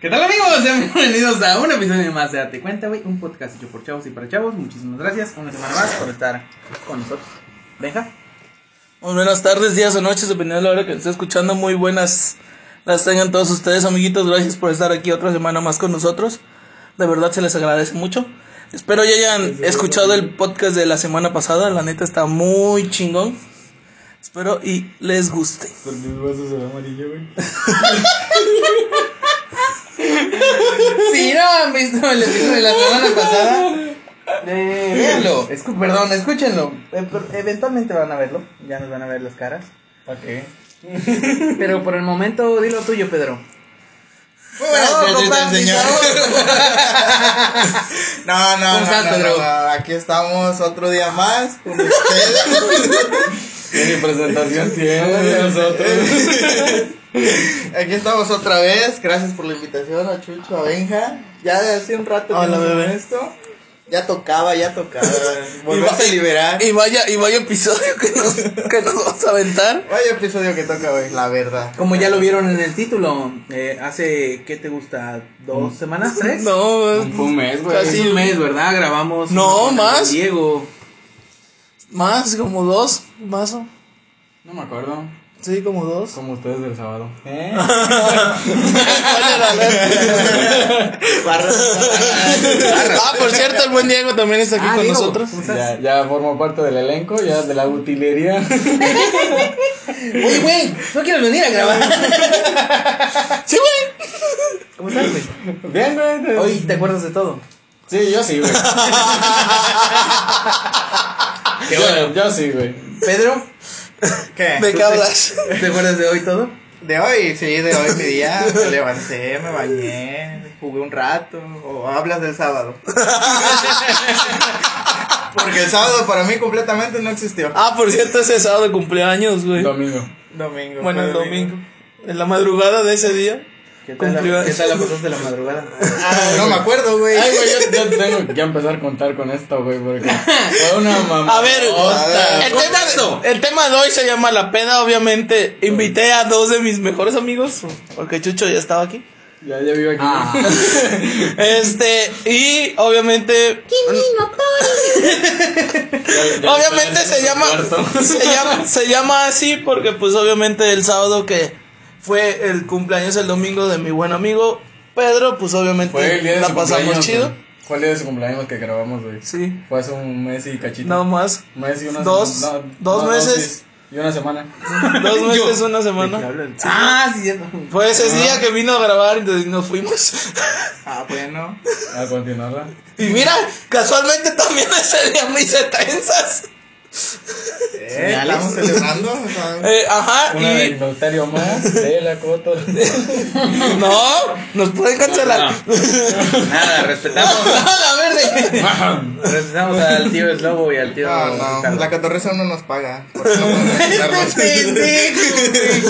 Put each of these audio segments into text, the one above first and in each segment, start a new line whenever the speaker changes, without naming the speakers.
¿Qué tal amigos? Sean bienvenidos a un episodio más de Date Cuenta, güey. Un podcast hecho por chavos y para chavos. Muchísimas gracias una semana más por estar con nosotros. Benja.
Muy buenas tardes, días o noches, dependiendo de la hora que nos esté escuchando. Muy buenas las tengan todos ustedes, amiguitos. Gracias por estar aquí otra semana más con nosotros. De verdad se les agradece mucho. Espero ya hayan escuchado el podcast de la semana pasada. La neta está muy chingón. Espero y les guste.
Por mi vaso se ve amarillo, güey.
Si no han visto el episodio de la semana pasada, eh, véanlo. Escu- perdón, escúchenlo. Eh, pero eventualmente van a verlo. Ya nos van a ver las caras.
¿Para qué?
Pero por el momento, dilo tuyo, Pedro.
Muy buenas
No,
tardes,
compadre,
señor. No, no,
¿Cómo
no,
estás,
no, no,
Pedro?
no, Aquí estamos otro día más con ustedes.
Mi presentación
Eh,
Aquí estamos otra vez. Gracias por la invitación a Chucho, a Benja. Ya de hace un rato
Hola,
que no
bebé.
hacía esto. Ya tocaba, ya tocaba. Volverte a liberar.
Y vaya, y vaya episodio que nos, que nos vamos a aventar.
Vaya episodio que toca, güey. La verdad.
Como ya lo vieron en el título, eh, hace, ¿qué te gusta? ¿Dos semanas? ¿Tres?
No,
mes,
Casi.
Casi.
Casi un mes, ¿verdad? Grabamos.
No,
una con
más.
Diego.
más, como dos, más. o-
No me acuerdo.
Sí, como dos.
Como ustedes del sábado.
¿Eh?
ah, por cierto, el buen Diego también está aquí
Ah,
con
Diego,
nosotros.
¿cómo estás?
Ya, ya formo parte del elenco, ya de la utilería.
Oye, güey, no quieres venir a grabar.
Sí, güey.
¿Cómo estás, güey?
Bien, güey.
Hoy te acuerdas de todo.
Sí, yo sí, güey.
Qué
Yo-
bueno.
Yo sí, güey.
Pedro,
¿Qué?
¿De qué hablas?
¿te acuerdas de hoy todo?
De hoy, sí, de hoy mi día. Me levanté, me bañé, jugué un rato. O hablas del sábado. Porque el sábado para mí completamente no existió.
Ah, por cierto, ese sábado cumpleaños, güey.
Domingo.
Domingo.
Bueno,
fue
el domingo. En la madrugada de ese día.
¿Qué tal, la,
Cumplió-
¿qué tal la pasaste la madrugada?
Ah, no me acuerdo, güey.
Ay, güey, yo, yo tengo que ya empezar a contar con esto, güey, porque fue una mamá.
Ah.
A ver,
Otra.
el, tema, el tema de hoy se llama La Peda, obviamente. Invité a dos de mis mejores amigos, porque Chucho ya estaba aquí.
Ya, ya vivo aquí.
Ah.
Este, y obviamente.
Ya- ya
Obviamente
estoy
se
en
llama,
su cuarto.
se llama. Se llama así porque, pues, obviamente el sábado que fue el cumpleaños el domingo de mi buen amigo Pedro, pues, obviamente
Fue el día de
la
su
pasamos
cumpleaños,
chido.
güey. Fue el día de su cumpleaños que grabamos, güey.
Sí,
Fue hace un mes y cachito.
no más.
Un mes y una
Dos-
semana. No,
dos
no,
meses.
sí, y una semana.
Dos meses, una
¿De qué
semana.
hablas? Ah, sí, cierto.
Fue ese día que vino a grabar y nos fuimos.
Ah, bueno.
A continuarla.
Y mira, casualmente también ese día me hice trenzas.
Eh, estamos celebrando. o sea,
Eh, ajá,
Una
y.
del notario más de la coto.
No, nos pueden cancelar.
Nada, respetamos.
la verde.
Respetamos al tío Slobo y al tío.
No, no,
Ricardo.
la catorreza no nos paga. Por eso no podemos
Sí,
invitarlos.
sí, sí.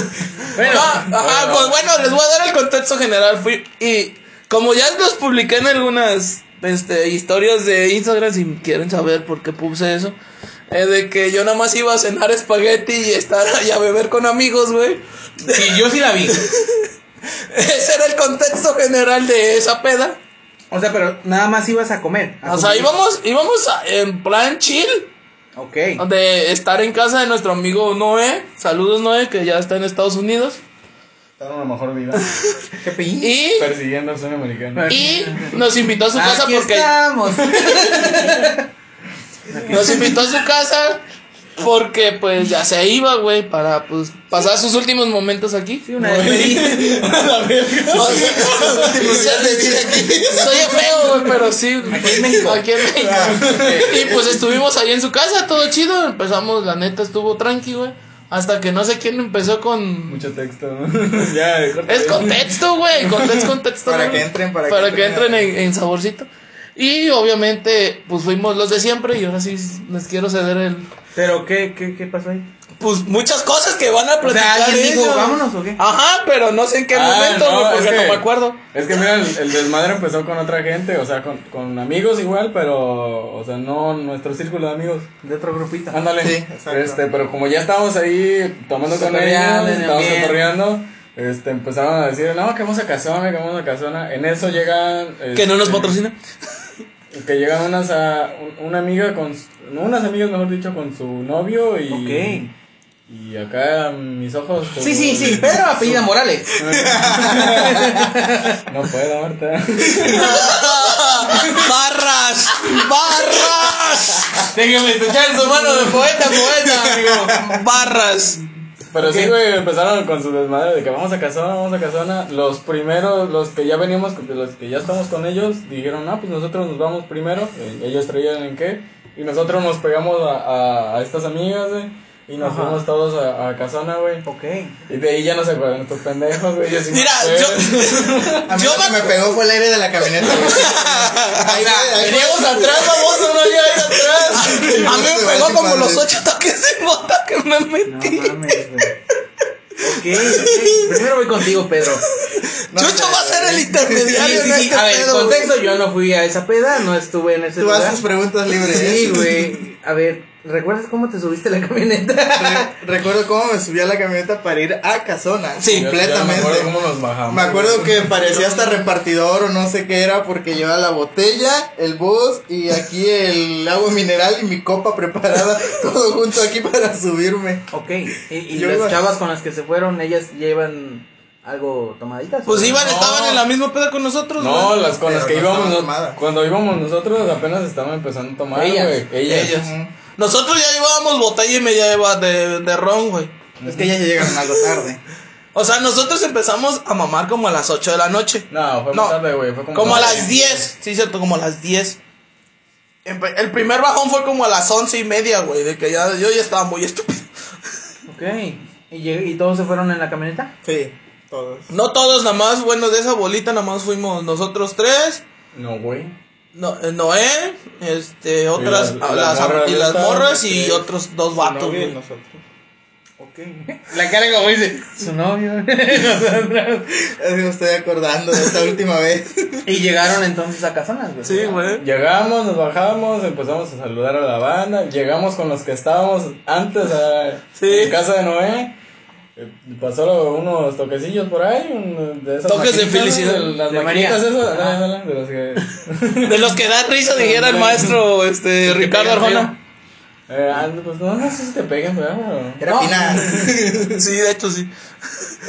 Bueno,
Ah, ajá, pues bueno, les voy a dar el contexto general. Fui y como ya los publiqué en algunas este, historias de Instagram, si quieren saber por qué puse eso, eh, de que yo nada más iba a cenar espagueti y estar allá a beber con amigos, güey.
sí, yo sí la vi.
Ese era el contexto general de esa peda.
O sea, pero nada más ibas a comer. a
O sea,
comer.
íbamos, íbamos a- en plan chill.
Ok.
de estar en casa de nuestro amigo Noé. Saludos Noé, que ya está en Estados Unidos.
Dar una mejor vida.
Qué pi-
Y,
Persiguiendo al sueño americano.
y nos invitó a su casa
Aquí
porque
estamos.
nos invitó a su casa porque pues ya se iba, güey, para pues pasar sus últimos momentos aquí.
Sí, una despedida.
O sea, Soy feo, güey, pero sí. Aquí en México. Y pues estuvimos ahí en su casa, todo chido. Empezamos, la neta estuvo tranqui, güey. Hasta que no sé quién empezó con
Mucho texto. ¿no? ya, corta.
Es contexto, güey. Contexto, contexto.
Para
¿no?
que entren, para que
que entren
entren.
en, en saborcito. Y obviamente, pues fuimos los de siempre. Y ahora sí les quiero ceder el.
Pero, ¿qué, qué, qué pasó ahí?
Pues muchas cosas que van a
O sea,
platicar.
alguien
ellos.
dijo, vámonos o qué.
Ajá, pero no sé en qué
Ah,
momento,
no,
güey,
es
porque
que-
no me acuerdo.
Es que mira, el, el desmadre empezó con otra gente, o sea, con, con amigos igual, pero, o sea, no nuestro círculo de amigos.
De otro grupito.
Ándale.
Sí, exacto.
este, pero como ya estábamos ahí tomando con
Cotorreando
ellos,
en el
estábamos
ambiente.
cotorreando, Este, empezaron a decir, no, que vamos a Casona, que vamos a Casona. En eso llegan...
Que no nos
este,
patrocina.
Que llegan unas a, un- una amiga con... s- no, Unas amigas, mejor dicho, con su novio y...
Ok.
Y acá mis ojos...
Sí, sí, sí, pero apellida Morales.
No puedo, ahorita.
¡Barras! ¡Barras!
Déjeme escuchar su mano de poeta, poeta, amigo.
¡Barras!
Pero sí, güey, empezaron con su desmadre de que vamos a Casona, vamos a Casona. Los primeros, los que ya veníamos, con- los que ya estamos con ellos, dijeron, ah, pues nosotros nos vamos primero. Eh, Ellos traían en qué. Y nosotros nos pegamos a, a- a estas amigas, güey. Y nos
Ajá.
fuimos todos a, a Casona, güey.
Ok.
Y de ahí ya no se acuerdan estos pendejos, güey. Yo sí me
Mira,
acuerdo.
yo.
A mí
Yo
lo que
me-
me pegó fue el aire de la camioneta. güey. Ahí, fue- ahí fue-
Veníamos atrás, famoso, no llegáis atrás. A mí
Te
me
vas
pegó
y
como
madres.
los ocho toques de bota que
No
me metí.
mames, güey. Ok, ok. Primero voy contigo, Pedro.
No,
Chucho
no,
va a ser el
Sí,
intermediario
sí,
en
sí.
este
A ver,
pedo, güey.
contexto, yo no fui a esa peda, no estuve en ese
Tú
lugar.
haz tus preguntas libres.
Sí, güey. A ver, ¿recuerdas cómo te subiste a la camioneta?
Re- Recuerdo cómo me subí a la camioneta para ir a Casona.
Sí.
Yo- yo no Me acuerdo cómo
completamente.
nos bajamos.
Me acuerdo que parecía hasta repartidor o no sé qué era porque llevaba la botella, el bus y aquí el agua mineral y mi copa preparada todo junto aquí para subirme.
ok, y, y
Yo
las
iba-
chavas con las que se fueron, ellas llevan algo tomaditas.
Pues
¿o no?
iban,
No.
estaban en la misma peda con nosotros,
No,
güey.
las con las
Pero
que
no
íbamos,
estaban
no-
tomadas.
cuando íbamos nosotros apenas estaban empezando a tomar,
Ellas.
güey. Ellas.
Ujú.
Nosotros ya llevábamos botella y media de, va- de, de ron, güey.
Es que ellas ya llegaron algo tarde.
O sea, nosotros empezamos a mamar como a las 8 de la noche.
No, fue
No.
más tarde, güey. Fue como,
Como a
nueve.
las 10, sí, cierto, como a las 10. Empe- El primer bajón fue como a las once y media, güey, de que ya yo ya estaba muy estúpido.
Ok, ¿Y, lleg- ¿y todos se fueron en la camioneta?
Sí, todos.
No todos, nada más, bueno, de esa bolita nada más fuimos nosotros tres,
No, güey.
no, eh, Noé, este, otras,
las-
ah,
las
las,
morras
y las
estas,
morras y
tres.
otros dos vatos,
Novio y
güey.
nosotros.
Ok.
La cara como dice.
Su novio.
Es que me estoy acordando de esta última vez.
y llegaron entonces a Casanas, güey.
Sí, güey.
Llegamos, nos bajamos, empezamos a saludar a la banda, llegamos con los que estábamos antes a
Sí.
en casa de Noé. Eh, Pasó unos toquecillos por ahí, un- de esas
Toques de
maquinitas,
felicidad.
de las
De
maquinitas
María.
esas,
Ajá.
ándale, ándale, de las que...
De los que dan risa, dijera el maestro este,
que
Ricardo
pegan
Arjona.
Eh, ah, pues no, no sé si te peguen, ¿verdad? Pero-
Era
No.
final.
Sí, de hecho sí.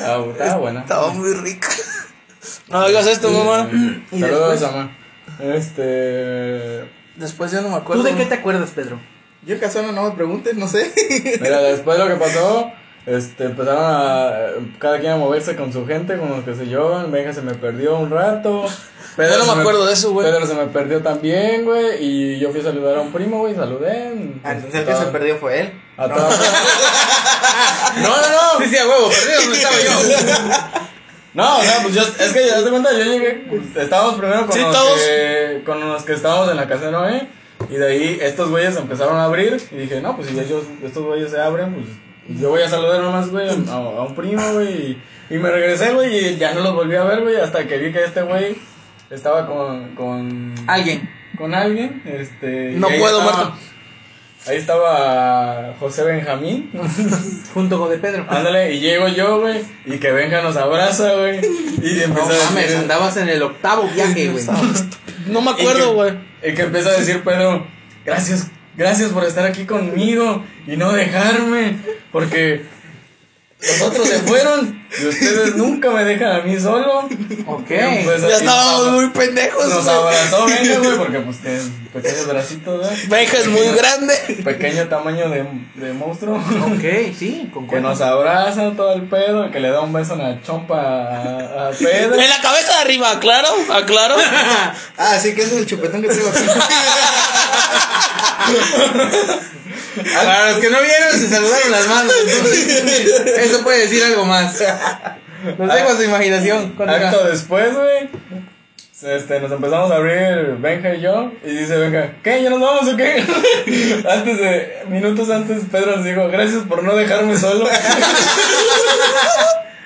Ah, estaba buena.
Estaba muy rica. No hagas esto, mamá.
¿Y
Saludos,
después?
mamá. Este...
Después ya no me acuerdo.
¿Tú de qué te acuerdas, Pedro?
Yo Casona no me preguntes, no sé.
Mira, después lo que pasó, este, empezaron a cada quien a moverse con su gente, con los que se yo, Benja se me perdió un rato.
Yo no me
se
acuerdo de eso, güey.
Pedro se me perdió también, güey, y yo fui a saludar a un primo, güey, saludé.
Ah, Entonces el que se
Toda-
perdió fue él.
A toda-
No, no, no. Sí, sí, a huevo, perdido no estaba yo.
No, o sea, pues yo, es que ya te cuenta, yo llegué, pues, estábamos primero con,
Sí,
los
todos.
que, con los que estábamos en la casa de Noé, y de ahí estos güeyes empezaron a abrir, y dije, no, pues si ellos, estos güeyes se abren, pues yo voy a saludar nomás, güey, a, a un primo, güey, y, y me regresé, güey, y ya no los volví a ver, güey, hasta que vi que este güey estaba con, con...
Alguien.
Con alguien, este... y
No
ahí
puedo,
estaba-
Marta.
Ahí estaba José Benjamín,
Junto con de Pedro.
ándale, y llego yo, güey, y que Benja nos abraza, güey, y
No
empezó a
mames,
decir-
andabas en el octavo viaje, güey.
No me
Y
acuerdo,
que-
güey.
Y que empieza a decir Pedro, gracias, gracias por estar aquí conmigo y no dejarme, porque los otros se fueron y ustedes nunca me dejan a mí solo.
Ok.
Y pues,
Ya
y
estábamos
nos-
muy pendejos.
Nos
güey.
abrazó, venga, güey, porque pues tiene pequeños bracitos, güey.
Benja es muy
Pequeño-
grande.
Pequeño tamaño de, de monstruo.
Ok, sí, con
Que nos abraza todo el pedo, que le da un beso en la chompa a, a Pedro.
En la cabeza de arriba, aclaro, aclaro.
Ah, sí que ese es el chupetón que tengo aquí.
Para los que no vieron, se saludaron las manos. entonces, eso puede decir algo más. Los dejo a su
Ah,
imaginación. continúa.
Acto después, güey. Este, nos empezamos a abrir Benja y yo. Y dice Benja, ¿qué? ¿Ya nos vamos o qué? antes de, minutos antes, Pedro nos dijo, gracias por no dejarme solo.
Él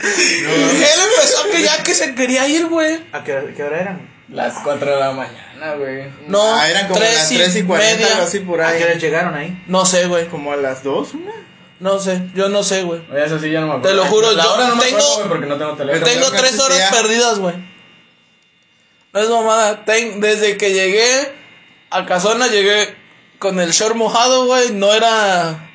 empezó que ya que se quería ir, güey.
¿A qué, qué hora eran?
Las 4 de la mañana, güey.
No,
Ah, eran como
tres
las
y
3 y 40,
media.
algo así por
¿A qué hora
ahí.
llegaron ahí?
No sé, güey.
Como a las 2, una.
No sé, yo no sé, güey.
Oye, eso sí, ya no me acuerdo.
Te lo juro,
La
yo
hora no me
tengo-
acuerdo, güey, porque no tengo teléfono.
Tengo
creo que
tres
sí
horas
sea.
perdidas, güey. No es mamada. Ten- desde que llegué a Casona, llegué con el short mojado, güey. No era.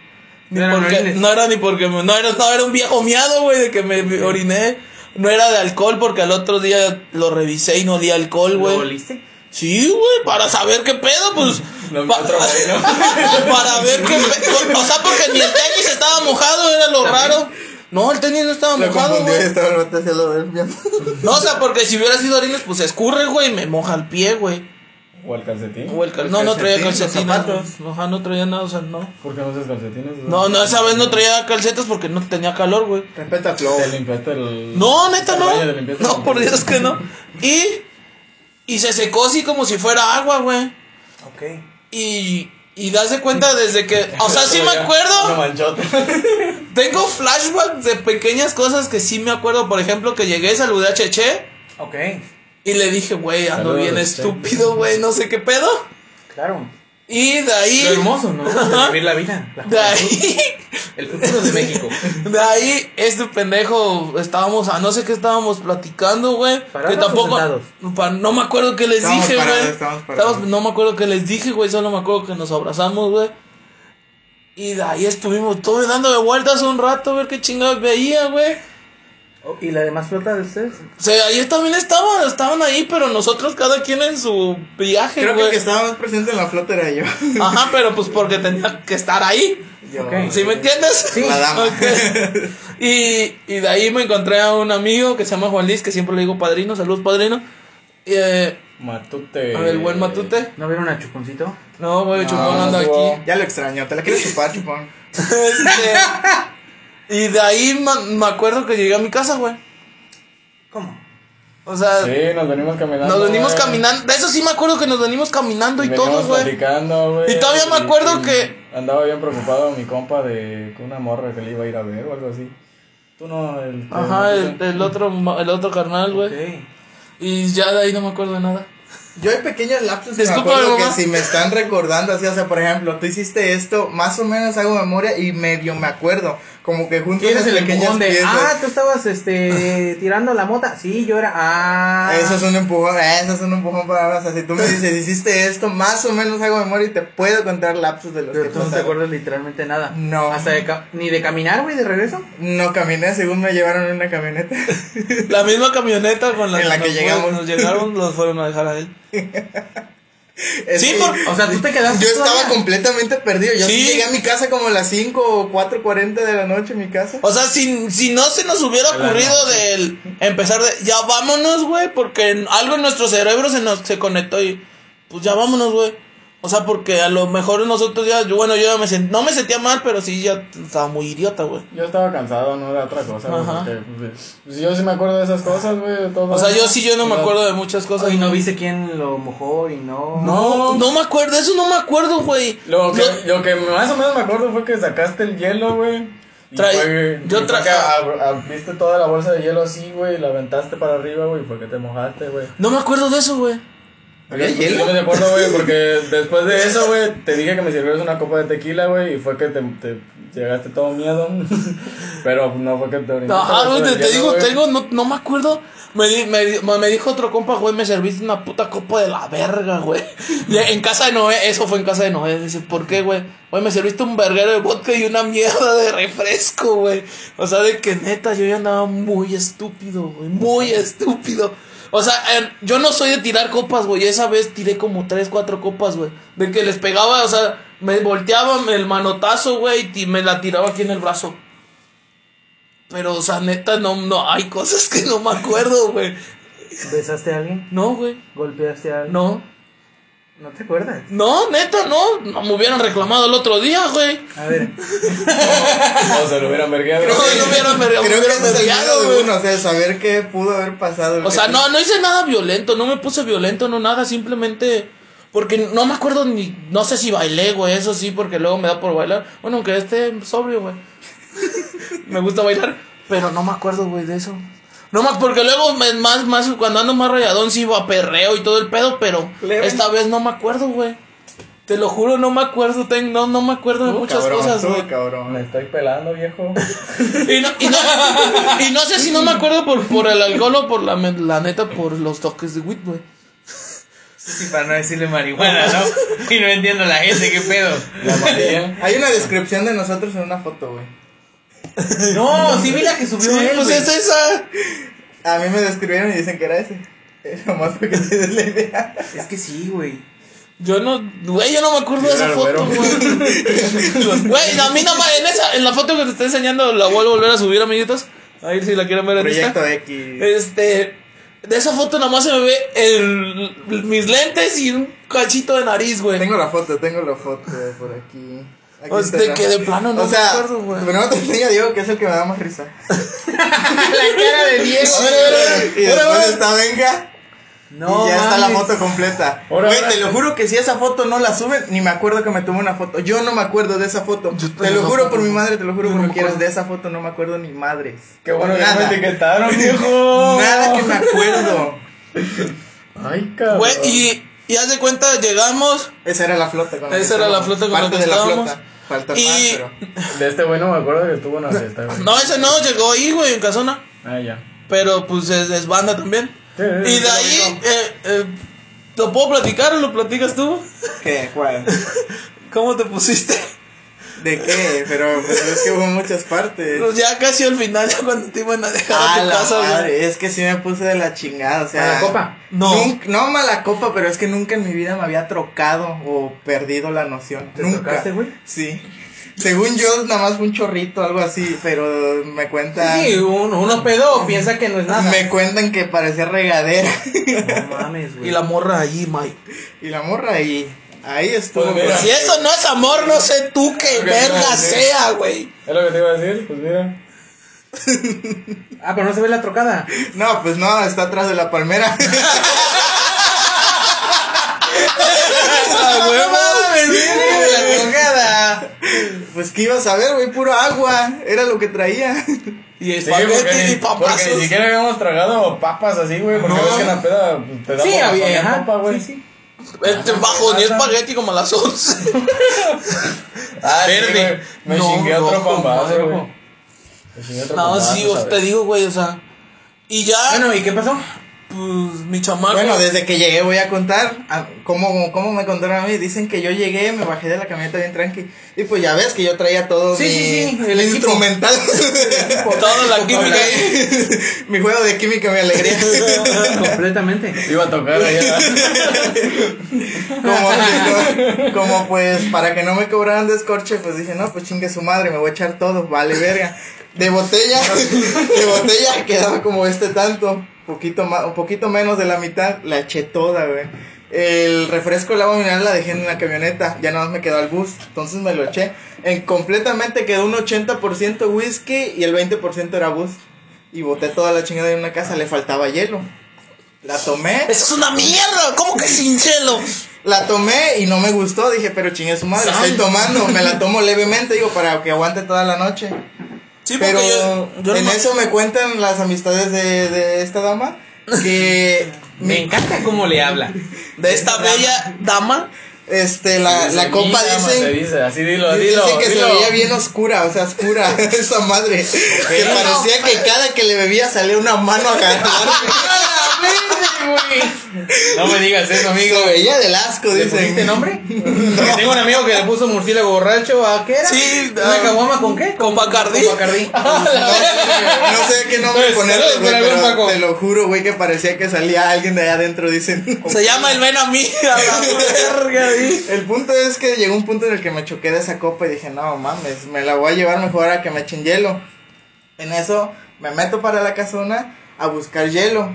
Ni
No eran
porque,
orines.
no era ni porque me- no era, no, era un viejo miado, güey, de que me me oriné. No era de alcohol porque al otro día lo revisé y no di alcohol,
¿Lo
güey.
oliste?
Sí, güey, para saber qué pedo, pues.
No,
pa-
otro güey, ¿no?
para ver qué pedo. O sea, porque ni el tenis estaba mojado, era lo raro. No, el tenis no estaba
Lo
mojado,
confundí,
güey.
estaba el bote haciendo ver bien.
No, o sea, porque si hubiera sido orines, pues se escurre, güey, y me moja el pie, güey.
O el calcetín.
O el cal- No, no traía
Calcetín, los
calcetines.
zapatos.
güey. Ajá, no traía nada, o sea, no.
¿Por qué no usas calcetines?
No, no, esa vez no traía calcetas porque no tenía calor, güey.
Respeta a Flow.
Te limpiaste el.
No, neta,
el
no.
baño, te limpiaste
No,
el-
por Dios que no. Y, y se secó así como si fuera agua, güey.
Ok.
Y, y darse cuenta desde que. O sea, sí me
Ya, Una
acuerdo.
manchota.
Tengo flashbacks de pequeñas cosas que sí me acuerdo. Por ejemplo, que llegué, saludé a Cheche.
Ok.
Y le dije, güey, ando
Saludos,
bien
Cheche.
estúpido, güey, no sé qué pedo.
Claro.
Y de ahí.
Lo hermoso, ¿no?
Ajá.
Vivir la vida. la juventud,
De ahí,
El futuro de México.
de ahí, este pendejo, estábamos, a no sé qué estábamos platicando, güey.
¿Parados
Que
o
tampoco,
sentados?
pa- no me acuerdo qué les
Estamos
dije,
parados,
güey.
estamos parados.
Estábamos- No me acuerdo qué les dije, güey, solo me acuerdo que nos abrazamos, güey. Y de ahí estuvimos todos dando de vueltas un rato, a ver qué chingados veía, güey.
Oh, ¿Y la demás flota de ustedes?
O sea, ahí también estaban, estaban ahí, pero nosotros cada quien en su viaje,
Creo que el
güey.
que estaba más presente en la flota era yo.
Ajá, pero pues porque tenía que estar ahí.
Yo.
Ok.
¿Sí me entiendes?
Sí.
La dama.
Ok. Y, y de ahí me encontré a un amigo que se llama Juan Liz, que siempre le digo padrino, saludos padrino. Y, eh,
Matute.
a ver, buen matute.
¿No vieron a Chuponcito?
No, güey,
No,
chupón
no
anda
estuvo.
aquí.
Ya lo extraño, te la quieres chupar, chupón.
Este, y de ahí ma- me, acuerdo que llegué a mi casa, güey.
¿Cómo?
O sea,
Sí, nos venimos caminando.
nos venimos
güey.
caminando. De eso sí me acuerdo que nos venimos caminando y
Veníamos
todos, güey.
platicando, güey.
Y todavía me acuerdo que-
Andaba bien preocupado mi compa de que una morra que le iba a ir a ver o algo así. Tú no, el. que-
Ajá, el, el otro, ma- el otro carnal, güey. Y ya de ahí no me acuerdo de nada.
Yo hay pequeños lapsos que me
Disculpa,
acuerdo
mamá.
que si me están recordando así, o sea, por ejemplo, tú hiciste esto, más o menos hago memoria y medio me acuerdo, como que junto
¿Quién es
esas
el
pequeñas
empujón de?
piezas.
Ah, tú estabas este, tirando la mota. Sí, yo era. Ah.
Eso es un empujón, eso es un empujón para más. Así tú me dices, hiciste esto, más o menos hago memoria y te puedo contar lapsos de los que
Pero tú no te
pasaron.
acuerdas literalmente nada.
No.
Hasta de ca- ni de caminar, güey, de regreso.
No caminé, según me llevaron en una camioneta.
La misma camioneta con la
En la que
nos
llegamos.
fueron- nos llegaron, los fueron a dejar a él.
Es
Sí,
que
por-
O sea, tú te quedaste.
yo estaba
todavía?
completamente perdido. Yo sí
Sí.
llegué a mi casa como a las 5 o 4.40 de la noche en mi casa.
O sea, si, si no se nos hubiera
A la
ocurrido del empezar de ya vámonos, güey, porque en- algo en nuestro cerebro se nos se conectó y pues ya vámonos, güey. O sea, porque a lo mejor nosotros ya, yo- bueno, yo ya me sent- no me sentía mal, pero sí ya estaba muy idiota, güey.
Yo estaba cansado, no era otra cosa. güey,
Ajá.
porque, pues, pues, yo sí me acuerdo de esas cosas, güey. de todo.
O sea, yo sí yo no me
Pero-
acuerdo de muchas cosas.
Y no viste quién lo mojó y no.
No, no me acuerdo, eso no me acuerdo, güey.
Lo que,
Lo-
lo que más o menos me acuerdo fue que sacaste el hielo, güey. Y
Trae-
fue-
yo
y fue
tra-
que ab- abriste toda la bolsa de hielo así, güey, y la aventaste para arriba, güey, porque te mojaste, güey.
no me acuerdo de eso, güey.
¿Había
Yo-
hielo?
Yo no me acuerdo, güey, porque después de eso, güey, te dije que me sirvieras una copa de tequila, güey, y fue que te, te llegaste todo miedo. Pero no fue que te orinaste.
Ajá, güey,
fue
ah, te,
el
te
hielo,
digo,
güey.
tengo, no, no me acuerdo. Me, di- me, di- me dijo otro compa, güey, me serviste una puta copa de la verga, güey. Y En casa de Noé, eso fue en casa de Noé. Dice, ¿por qué, güey? Güey, me serviste un verguero de vodka y una mierda de refresco, güey. O sea, de que neta, yo ya andaba muy estúpido, güey, muy estúpido. O sea, en- yo no soy de tirar copas, güey. Esa vez tiré como tres, cuatro copas, güey. De que les pegaba, o sea, me volteaba el manotazo, güey, y me la tiraba aquí en el brazo. Pero, o sea, neta, no, no, hay cosas que no me acuerdo, güey.
¿Besaste a alguien?
No, güey.
¿Golpeaste a alguien?
No.
¿No te acuerdas?
No, neta, no. No me hubieran reclamado el otro día, güey.
A ver.
No, se lo hubieran vergueado.
No, no hubieran me
Creo que
hubieran
ese es el
vergueado,
miedo de
güey.
uno, o sea, saber qué pudo haber pasado.
O sea, no, no hice nada violento, no me puse violento, no nada, simplemente. Porque no me acuerdo ni. No sé si bailé, güey, eso sí, porque luego me da por bailar. Bueno, aunque esté sobrio, güey. me gusta bailar, pero no me acuerdo, güey, de eso. No más, porque luego, me- más, más, cuando ando más rayadón, sí iba a perreo y todo el pedo, pero
Leve.
esta vez no me acuerdo, güey. Te lo juro, no me acuerdo, ten- no, no me acuerdo de
Tú,
muchas
cabrón,
cosas,
tú,
güey.
Me
cabrón.
estoy pelando, viejo.
Y no, y, no, y no sé si no me acuerdo por, por el alcohol o por la, me- la neta por los toques de weed, güey.
Sí, para no decirle marihuana, ¿no? Y no entiendo la gente, ¿qué pedo?
La María.
Hay una descripción de nosotros en una foto, güey.
No, sí vi la que subió
Sí,
él,
pues
güey.
es esa.
A mí me describieron y dicen que era ese. Eh, Nomás porque te des la idea.
Es que sí, güey.
Yo no, güey, yo no me acuerdo de esa
Era el
foto,
güero.
güey. Güey, a mí nada más, en, esa, en la foto que te estoy enseñando, la voy a volver a subir, amiguitos. A ver si la quieren ver en esta.
Proyecto X.
Este, de esa foto nada más se me ve el, mis lentes y un cachito de nariz, güey.
Tengo la foto, tengo la foto por aquí. Aquí
O sea,
está.
que de plano no
o sea,
me acuerdo, güey.
Primero te enseño a Diego, que es el que me da más risa.
La cara de Diego.
A ver, a ver, a ver.
Y
Ahora,
después
ahora.
está Venga.
No,
y ya está la
mames.
foto completa.
Ahora,
Güey,
ahora.
te lo juro que si esa foto no la suben, ni me acuerdo que me tomé una foto. Yo no me acuerdo de esa foto.
Yo
Te lo
tampoco.
juro por mi madre, te lo juro
Yo
por
no
lo
me
que quieras. De
acuerdo.
esa foto no me acuerdo ni madres.
Qué bueno que no me
Nada.
etiquetaron, viejo.
Nada que me acuerdo.
Ay, cabrón.
Güey, y, y haz de cuenta, llegamos
Esa era la flota con la que
Esa era la
estábamos.
flota con la
Parte
que
de la
estábamos.
flota. Falta
Y-
más, pero.
De este güey no me acuerdo que estuvo en la fiesta, güey.
No, ese no, llegó ahí, güey, en Casona.
Ah, ya.
Pero pues es, es banda también.
Sí, sí,
y
sí,
de
lo
ahí,
digo.
eh, eh, ¿lo puedo platicar o lo platicas tú?
¿Qué? ¿Cuál?
¿Cómo te pusiste?
¿De qué? Pero pues, es que hubo muchas
Eh.
partes.
Pues ya casi al final, ya cuando te iban a dejar
Ah,
a tu
la
casa,
madre,
güey.
es que sí me puse de la chingada, o sea.
¿A la copa?
No.
Nunca- no mala copa, pero es que nunca en mi vida me había trocado o perdido la noción.
¿Te
nunca.
trocaste, güey?
Sí. Según yo, nada más fue un chorrito, algo así, pero me cuentan.
Sí, uno, uno pedo
Mm.
o piensa que no es nada.
Me cuentan que parecía regadera.
No mames, güey.
Y la morra ahí, Mike.
y la morra ahí. Ahí estuvo.
Pues mira.
Si eso no es amor, no sé tú qué verga sea, güey.
Es lo que te iba a decir, pues mira.
Ah, pero no se ve la trocada.
No, pues no, está atrás de la palmera.
A huevo.
la trocada.
pues que ibas a ver, güey, puro agua. Era lo que traía.
Y
Sí, porque,
espagueti
ni-
y
porque ni
papazos.
siquiera habíamos tragado papas así, güey. Porque
No.
ves que en la peda pues, te da
Sí,
por
había,
poner
ajá.
papa, güey.
Sí, sí.
Este bajo ni espagueti como a las 11.
Ah, sí,
Verde.
güey, me
No,
chingué otro
rojo,
pambazo,
rojo.
güey. Me chingué otro
No,
pambazo,
sí, o-
¿sabes?
te digo, güey, o sea. Y ya,
Bueno, ¿y qué pasó?
pues mi chamaco.
Bueno, desde que llegué voy a contar a- cómo, cómo me contaron a mí. Dicen que yo llegué, me bajé de la camioneta bien tranqui. Y pues ya ves que yo traía todo
Sí,
mi,
sí, sí, el equipo.
mi instrumental.
toda la química ahí.
mi juego de química, mi alegría.
Completamente.
Iba a tocar allá.
como, como, pues para que no me cobraran descorche, pues dije, no, pues chingue su madre, me voy a echar todo, vale verga. De botella, de botella quedaba como este tanto, poquito más, un poquito menos de la mitad, la eché toda, güey. El refresco, el agua mineral la dejé en la camioneta, ya nada más me quedó el bus, entonces me lo eché. En completamente quedó un 80% whisky y el 20% era bus. Y boté toda la chingada en una casa, le faltaba hielo. La tomé.
Eso es una mierda, ¿cómo que sin hielo?
La tomé y no me gustó, dije, pero chingue su madre, estoy tomando, me la tomo levemente, digo, para que aguante toda la noche.
Sí,
pero
porque yo, yo
en
nomás-
eso me cuentan las amistades de, de esta dama que
Me encanta cómo le habla.
de esta bella dama,
este la, la
Dice,
copa
"Mi dama", te
dicen,
dice, así dilo,
dicen
dilo.
que
dilo.
se veía bien oscura, o sea, oscura esa madre, que parecía que cada que le bebía salía una mano a agarrar.
No me digas eso, amigo.
Se veía del asco,
¿Le
dicen.
pusiste nombre? Porque tengo un amigo que le puso murciélago borracho a qué era?
Sí,
¿Una
ah,
caguama con qué?
con Bacardí.
Con Bacardí.
No sé, no sé qué nombre
Pues,
ponerle,
saludos
güey,
para el buen
pero
Paco.
te lo juro, güey, que parecía que salía alguien de allá adentro, dicen.
se llama el ven a mí, a la verga, ahí.
El punto es que llegó un punto en el que me choqué de esa copa y dije, no mames, me la voy a llevar mejor a que me echen hielo. En eso me meto para la casona a buscar hielo.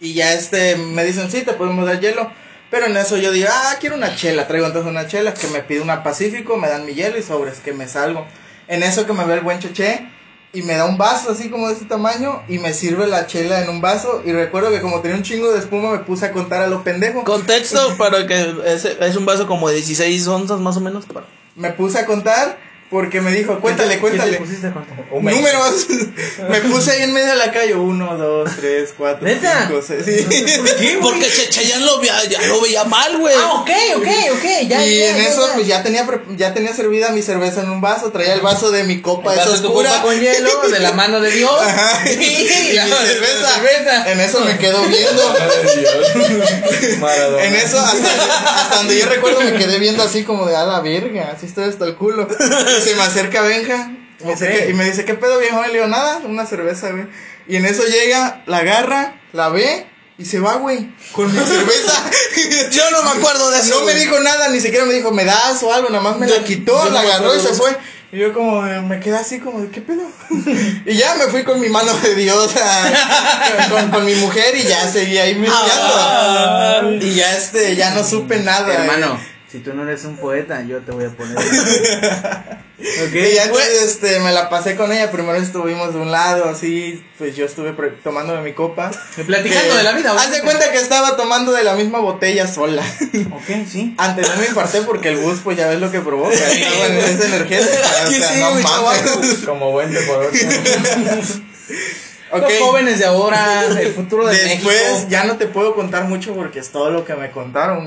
Y ya este me dicen, sí, te podemos dar hielo. Pero en eso yo digo, ah, quiero una chela, traigo entonces una chela, que me pide una Pacífico, me dan mi hielo y sobres, que me salgo. En eso que me ve el buen cheche y me da un vaso así como de este tamaño y me sirve la chela en un vaso. Y recuerdo que como tenía un chingo de espuma me puse a contar a los pendejos.
Contexto para que es, es un vaso como de 16 onzas más o menos. para-
Me puse a contar Porque me dijo, cuéntale,
¿Qué
cuéntale.
te pusiste a contar?
Un mes.
Números. me puse ahí en medio de la calle. Uno, dos, tres, cuatro,
¿Neta?
cinco, seis. Sí.
Porque Che- Cheyenne lo, vea- ya lo veía mal, güey.
Ah, ok, ok, ok. Ya,
y
ya,
en
ya,
eso,
ya.
pues ya tenía, pre- ya tenía servida mi cerveza en un vaso. Traía el vaso de mi copa, esa
Entonces tu
oscura.
copa con hielo, de la mano de Dios.
Ajá.
Sí,
Y
la
mi
mano de
cerveza.
cerveza.
En eso me quedo viendo.
Madre de Dios. Maradona.
En eso, hasta, hasta donde yo recuerdo, me quedé viendo así como de a la verga, así estoy hasta el culo. Y se me acerca Benja me
Ok.
acerca- y me dice, ¿qué pedo viejo? Y le digo, nada, una cerveza, güey. Y en eso llega, la agarra, la ve y se va, güey, con mi cerveza.
Yo no me acuerdo de eso.
no me
güey.
dijo nada, ni siquiera me dijo, me das o algo, nada más me
Yo-
la quitó,
yo no
la
me
agarró y
acuerdo
se
de
fue. Y yo como, eh, me quedé así como, de, ¿qué pedo? y ya me fui con mi mano de Dios, a- con, con mi mujer y ya seguí ahí
Ah.
mirando. y ya este, ya no supe nada. eh.
Hermano, si tú no eres un poeta, yo te voy a poner.
Y ya entonces, este, me la pasé con ella, primero estuvimos de un lado, así, pues yo estuve pre- tomándome mi copa.
Platicando
Que-
de la vida,
Haz de cuenta que estaba tomando de la misma botella sola.
Ok, sí.
Antes no me infarté porque el bus, pues ya ves lo que provoca. Estaba en esa energética. O
Aquí
sea,
sí,
no
güey,
mames.
Como buen deportador.
Ok,
Los jóvenes de ahora, el futuro de
Después
México.
ya no te puedo contar mucho porque es todo lo que me contaron,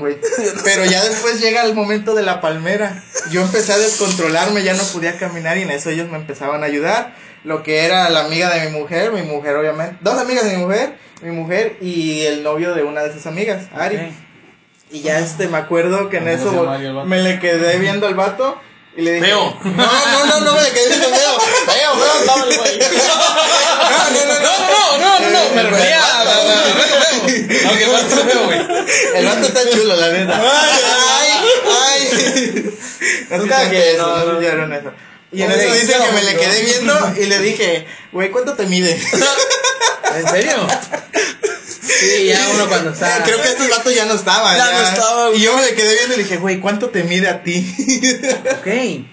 güey. Pero ya después llega el momento de la palmera. Yo empecé a descontrolarme, ya no podía caminar y en eso ellos me empezaban a ayudar. Lo que era la amiga de mi mujer, mi mujer obviamente, dos amigas de mi mujer, mi mujer y el novio de una de sus amigas, Ari. Y ya este, me acuerdo que en
¿Cómo
eso
se llama
vol-
ahí el vato?
me le quedé viendo al vato y le dije:
Veo.
No, no, no, no me le quedé viendo, veo. Veo, veo, no, el güey. No, no, no, no.
No, no, no, no, me refería a- a- a-
Aunque más te veo, güey.
El vato está chulo, la neta. Ay, ay. Nunca que eso, no, no lloraron eso. Y en
Hombre,
eso dice
yo
que me le
yo.
quedé viendo y le dije, güey, ¿cuánto te mide?
¿En serio? Sí, ya uno cuando está.
Creo que estos vatos ya no estaban.
Ya no estaban.
Y yo me le quedé viendo y le dije, güey, ¿cuánto te mide a ti?
Ok.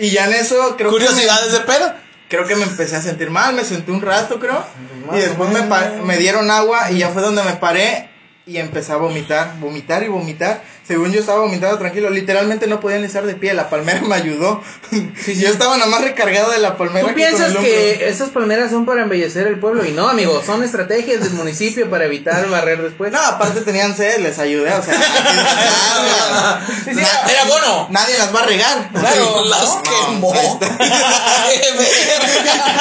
y ya en eso creo que, me,
Curiosidades de pedo.
creo que me empecé a sentir mal, me senté un rato, creo. Y después me, pa- me dieron agua y ya fue donde me paré y empecé a vomitar, vomitar y vomitar. Según yo estaba vomitando tranquilo, literalmente no podía ni estar de pie, la palmera me ayudó. Yo estaba nada más recargado de la palmera.
¿Tú
aquí con
piensas
el hombro.
que esas palmeras son para embellecer el pueblo? Y no, amigo, son estrategias del municipio para evitar barrer después.
No, aparte tenían sed, les ayudé, o sea, hay que
sí,
Na-
Era bono.
nadie las va a regar.
Claro,
Sí.
las quemó.
ahí está.
Qué verga.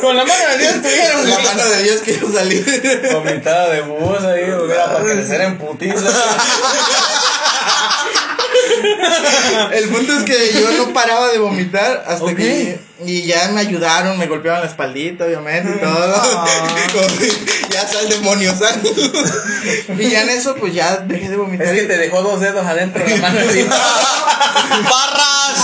Con la mano de Dios tuvieron.
La mano de Dios quiero salir.
Vomitada de bus ahí, güey. Era para crecer en putiza.
El punto es que yo no paraba de vomitar hasta
Ok.
que. Y ya me ayudaron, me golpeaban la espaldita, obviamente, y todo. Como, ya sal demonio, sal. y ya en eso, pues ya dejé de vomitar.
Es que te dejó dos dedos adentro de la mano de Dios.
Barras,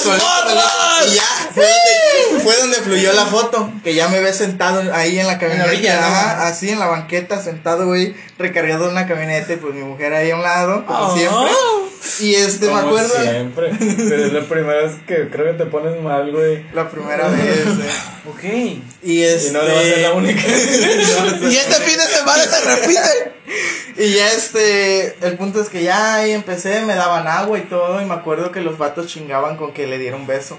Solito,
barras,
Y
barras.
ya fue donde, fue donde fluyó la foto. Que ya me ve sentado ahí en la camioneta.
orilla, ¿no?
ajá, así en la banqueta, sentado, güey, recargado en una camioneta. Y pues mi mujer ahí a un lado, como
Ah.
siempre. Y este, me
Como
acuerdo.
siempre. Pero es la primera vez que creo que te pones mal, güey.
La primera vez. eh,
Ok.
Y este.
Y no le va a ser la única.
Y este fin de semana se repite.
Y ya este, el punto es que ya ahí empecé, me daban agua y todo, y me acuerdo que los vatos chingaban con que le diera un beso.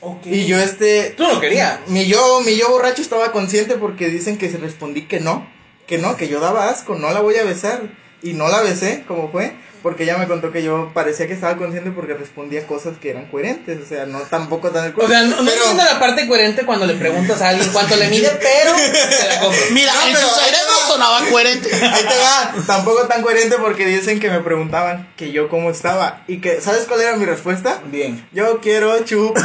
Ok.
Y yo este,
Tú no querías.
mi yo, mi yo borracho estaba consciente porque dicen que se respondí que no, que no, que yo daba asco, no la voy a besar. Y no la besé, como fue, porque ella me contó que yo parecía que estaba consciente porque respondía cosas que eran coherentes, o sea, no tampoco tan el
O sea, no, no
pero-
entiendo la parte coherente cuando le preguntas a alguien cuánto le mide, pero te la compro.
Mira,
No,
en
pero
su
ahí
cerebro
va.
sonaba coherente.
Ahí te va, tampoco tan coherente porque dicen que me preguntaban que yo cómo estaba y que, ¿sabes cuál era mi respuesta?
Bien.
Yo quiero chupar.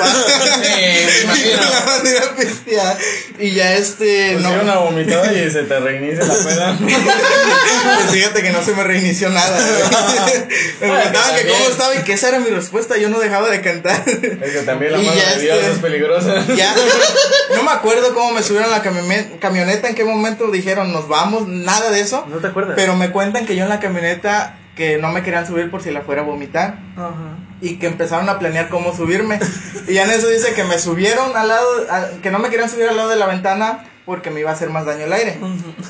Eh, me imagino.
Y la van a ir a pistear. Y ya este.
Pusieron Pues una vomitada y se te reinicia la peda.
Pues fíjate que no se me reinició nada. güey. me preguntaban que
también.
cómo estaba y que esa era mi respuesta. Yo no dejaba de cantar.
Es que también la
Y
mano
ya
de Dios
este-
es peligrosa.
Ya, no me acuerdo cómo me subieron a la camioneta, camioneta, en qué momento dijeron nos vamos, nada de eso.
¿No te acuerdas?
Pero me cuentan que yo en la camioneta que no me querían subir por si la fuera a vomitar.
Ajá.
y que empezaron a planear cómo subirme. Y ya en eso dice que me subieron al lado, a- que no me querían subir al lado de la ventana porque me iba a hacer más daño el aire.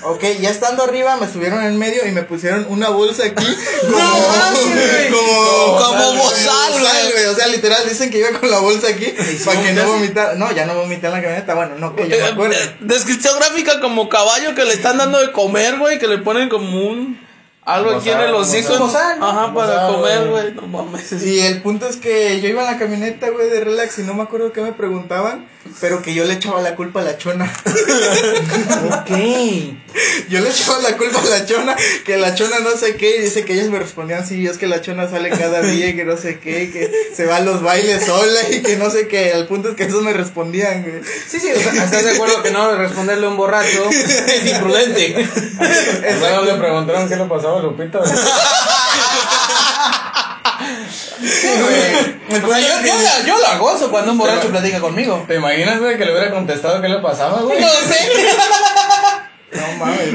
Ok, ya estando arriba me subieron en medio y me pusieron una bolsa aquí como
mames, güey.
como
Como bozal,
bozal,
güey.
güey. O sea, literal dicen que iba con la bolsa aquí para que no vomitara. No, ya no vomité en la camioneta. Bueno, no que yo me
Eh,
acuerdo.
eh, Descripción gráfica como caballo que le están dando de comer, güey, que le ponen como un algo aquí en
Bozal,
el hocico.
bozal.
Ajá, para
Bozal,
comer,
güey.
güey. No mames.
Y el punto es que yo iba en la camioneta, güey, de relax y no me acuerdo qué me preguntaban, pero que yo le echaba la culpa a la chona.
Ok.
Yo le echaba la culpa a la chona, que la chona no sé qué, y dice que ellos me respondían, sí, es que la chona sale cada día y que no sé qué, que se va a los bailes sola y que no sé qué. El punto es que esos me respondían, güey.
Sí, sí, o sea, ¿estás de acuerdo que no responderle a un borracho es imprudente?
Luego le preguntaron qué le pasaba a Lupita. güey.
O sea, yo, yo la, yo la gozo cuando un borracho platica conmigo.
¿Te imaginas, güey, que le hubiera contestado qué le pasaba, güey?
No sé.
No mames.